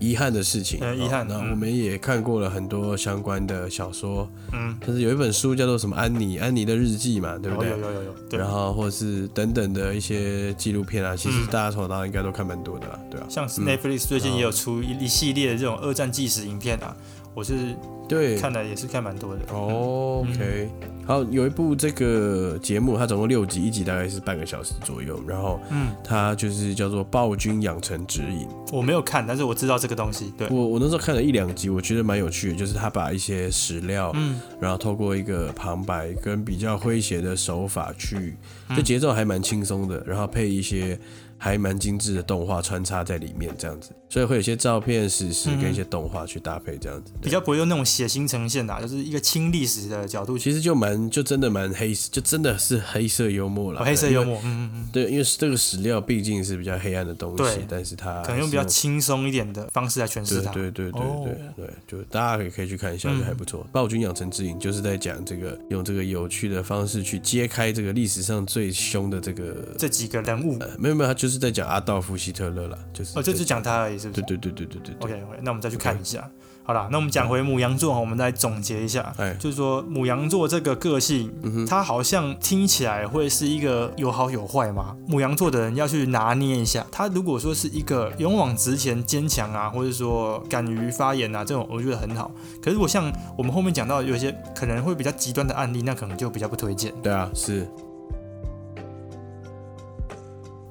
遗憾的事情，
呃
哦
遗憾
那
嗯
我们也看过了很多相关的小说，
嗯，
但是有一本书叫做什么《安妮安妮的日记》嘛，对不
有
对？
有有有有，对嗯
然。后或者是等等的一些纪录片啊，其实大家从小到大应该都看蛮多的啦，对啊，
像 Netflix 最近也有出一一系列这种二战纪实影片啊，我是
对，
看嗯了也是看蛮多的。
哦 OK，好，有一部这个节目，它总共六集，一集大概是半个小时左右，然后
嗯，
它就是叫做《暴君养成指引》。
我没有看，但是我知道这个东西。对，
我我那时候看了一两集，我觉得蛮有趣的，就是他把一些史料，
嗯
然后透过一个旁白跟比较诙谐的手法去，
嗯
这节奏还蛮轻松的，然后配一些还蛮精致的动画穿插在里面，这样子，所以会有一些照片、史实跟一些动画去搭配，这样子，
比
对
较不会用那种血腥呈现的、啊，就是一个轻历史的角度去。
其实就蛮就真的蛮黑，就真的是黑色幽默了，
哦黑色
对
幽。默，嗯嗯
对，因为这个史料毕竟是比较黑暗的东西
对，
但是它
嗯，可能用比较
还啊是
轻松一点的方式来诠释它。
对对对对
哦
对对，就大家也可以去看一下，
嗯
就还不错。暴君养成指引就是在讲这个，用这个有趣的方式去揭开这个历史上最凶的这个，
这几个人物，
呃，没有没有，他就是在讲阿道夫希特勒啦，就是
哦，就
在
只讲他而已，是不
对
是
对对对对对对。
？OK OK，那我们再去看一下。好啦，那我们讲回母羊座，我们再总结一下，就是说母羊座这个个性，它好像听起来会是一个有好有坏嘛。母羊座的人要去拿捏一下，他如果说是一个勇往直前、坚强啊，或者说敢于发言啊，这种我觉得很好。可是如果像我们后面讲到有一些可能会比较极端的案例，那可能就比较不推荐。
对啊，是。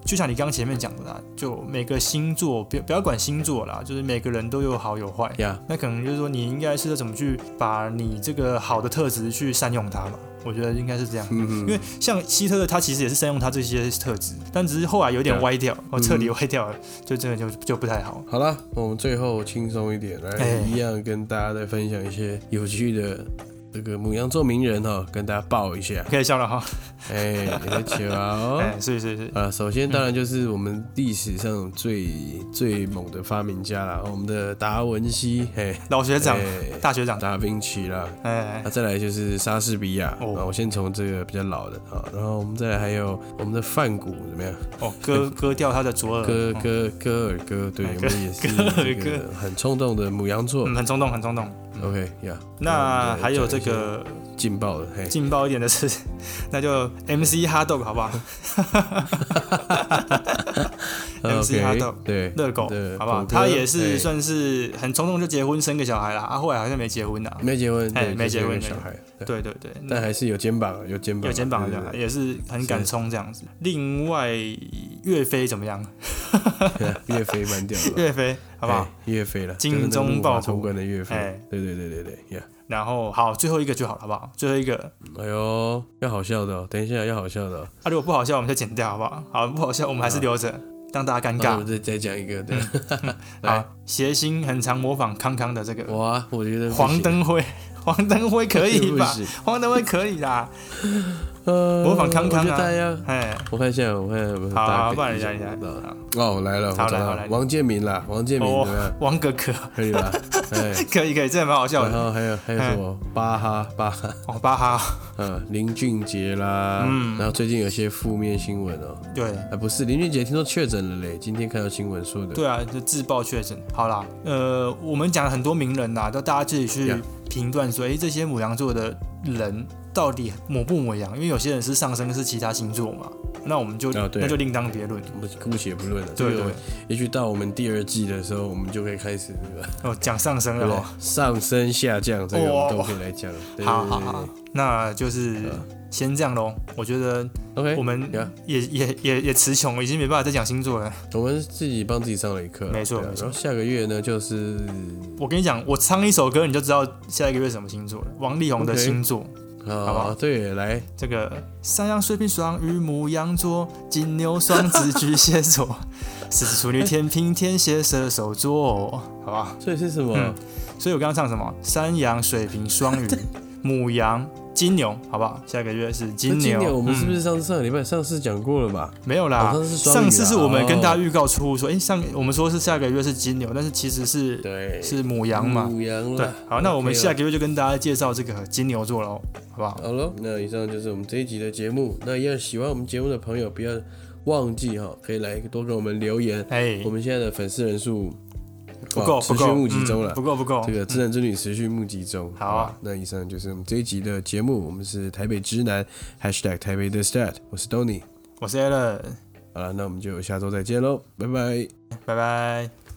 就像你刚刚前面讲的啦，就每个星座，不要不要管星座啦，就是每个人都有好有坏。
Yeah
那可能就是说，你应该是怎么去把你这个好的特质去善用它嘛？我觉得应该是这样。
嗯哼
因为像希特勒，他其实也是善用他这些特质，但只是后来有点歪掉，哦，彻底歪掉了，就真的就就不太好。
好了，我们最后轻松一点，来
哎
一样跟大家再分享一些有趣的这个母羊座名人哈、哦，跟大家报一下。
可以笑了哈。
哎，有请啊哦
哎，是是是，
啊，首先当然就是我们历史上最、最猛的发明家啦，我们的达文西， 嘿，
老学长
哎
大学长
达芬奇啦，
哎
那、再来就是莎士比亚、
哦
啊，我先从这个比较老的啊，然后我们再来还有我们的范谷怎么样？
哦，割割掉他的左耳，哦
哥哥哥尔哥，对，
哎
我
哥
们也是
哥尔
这个很冲动的母羊座
嗯，很冲动，很冲动。
，OK 呀、
那还有这个
劲爆的，嘿，
劲爆一点的是， 那就 MC 哈豆好不好？MC
OK，
哈豆，
对
热狗
对，
好不好？
狗哥
他也
哎
是算是很冲动就结婚生个小孩啦，啊，后来好像没结婚啦，
没结婚，
哎
对，就是
没结
有
婚
个
那
小
个
孩，
对对对，
但还是有肩膀，有肩膀，
有肩膀
对
的
对对
也是很敢冲这样子。另外，岳飞怎么样？
岳飞蛮屌的，
岳飞好不好
哎？岳飞了，
精忠报
国，
国
冲冠的岳飞
哎，
对对对对对呀，
然后好，最后一个就好了，好不好？最后一个，
哎呦，要好笑的哦，等一下要好笑的哦，
啊，如果不好笑我们就剪掉，好不好？好，不好笑我们还是留着，让大家尴
那我
尬
们。再再讲一个，对，
嗯
来
好，谐星很常模仿康康的这 个
哇，呃哎我觉得不行
黄，灯辉， 黄灯辉可以吧
不行？
黄灯辉可以啦，
呃
模仿康康
我觉得
啊
大家。
哎，
我看一下，我看一下有没有大
好
家
好不然
可以
人家
想
人家
到的哦，来了，我
好
找
来
到
好
了
来
王建民啦，王建民
哦
怎么样？
王哥哥，
可 以啦，哎，
可以可以，这蛮好笑哎
然
的。
后还有还有什么巴哈巴哈，
哦，巴哈，
嗯，林俊杰啦，
嗯
然后最近有些负面新闻哦，
对
啊，不是林俊杰听说确诊了嘞，今天看到新闻说的，
对啊，就自曝确诊。好啦，呃，我们讲了很多名人啦，都大家自己去
Yeah
评断说，哎，这些母羊座的人到底母不母羊？因为有些人是上升是其他星座嘛，那我们就
啊对
那就另当别论。
不姑且不论了，
对
这个
对
也许到我们第二季的时候，我们就可以开始这个
哦，讲上升
对
了
不对
哦。
上升下降，这个
哇
我们都可以来讲。对
好好好，那就是先这样喽。我觉得
对对，OK，
我们
呀
也也也也词穷，已经没办法再讲星座了。
我们自己帮自己上了一课啊，
没错
对啊
没错
然后下个月呢，就是
我跟你讲，我唱一首歌你就知道下一个月什么星座了。王力宏的
OK
星座好不
啊
好，
对，来，
这个山羊、水瓶、双鱼、母羊座、金牛、双子、巨蟹座、 狮子、处女、天平、天蝎、射手座，好吧？
所以是什么？
嗯所以我刚刚唱什么？山羊、水 瓶、双鱼、母羊、金牛，好不好？下个月是
那
金
今
牛，
年我们是不
嗯
是上次上个礼拜上次讲过了吧？
没有啦，
哦上次是双鱼啊
上次是我们跟大
哦
家预告出说，哎、上我们说是下个月是金牛，但是其实是
对
是母羊嘛。
母羊
对
啦，
好，那我们
OK
下
啦
个月就跟大家介绍这个金牛座喽，好不好？
好了，那以上就是我们这一集的节目。那一样喜欢我们节目的朋友，不要忘记哈，可以来多给我们留言。
哎、
我们现在的粉丝人数
不够
哇持
不
续
够，
募集中了
嗯不。够不够。
这个智能之旅持续募集中。
好啊
吧那以上就是我们这一集的节目。我们是台北直男 #hashtag 台北的 stat，我是 Tony。
我是 Alan，
好了，那我们就下周再见喽，拜拜。
拜拜。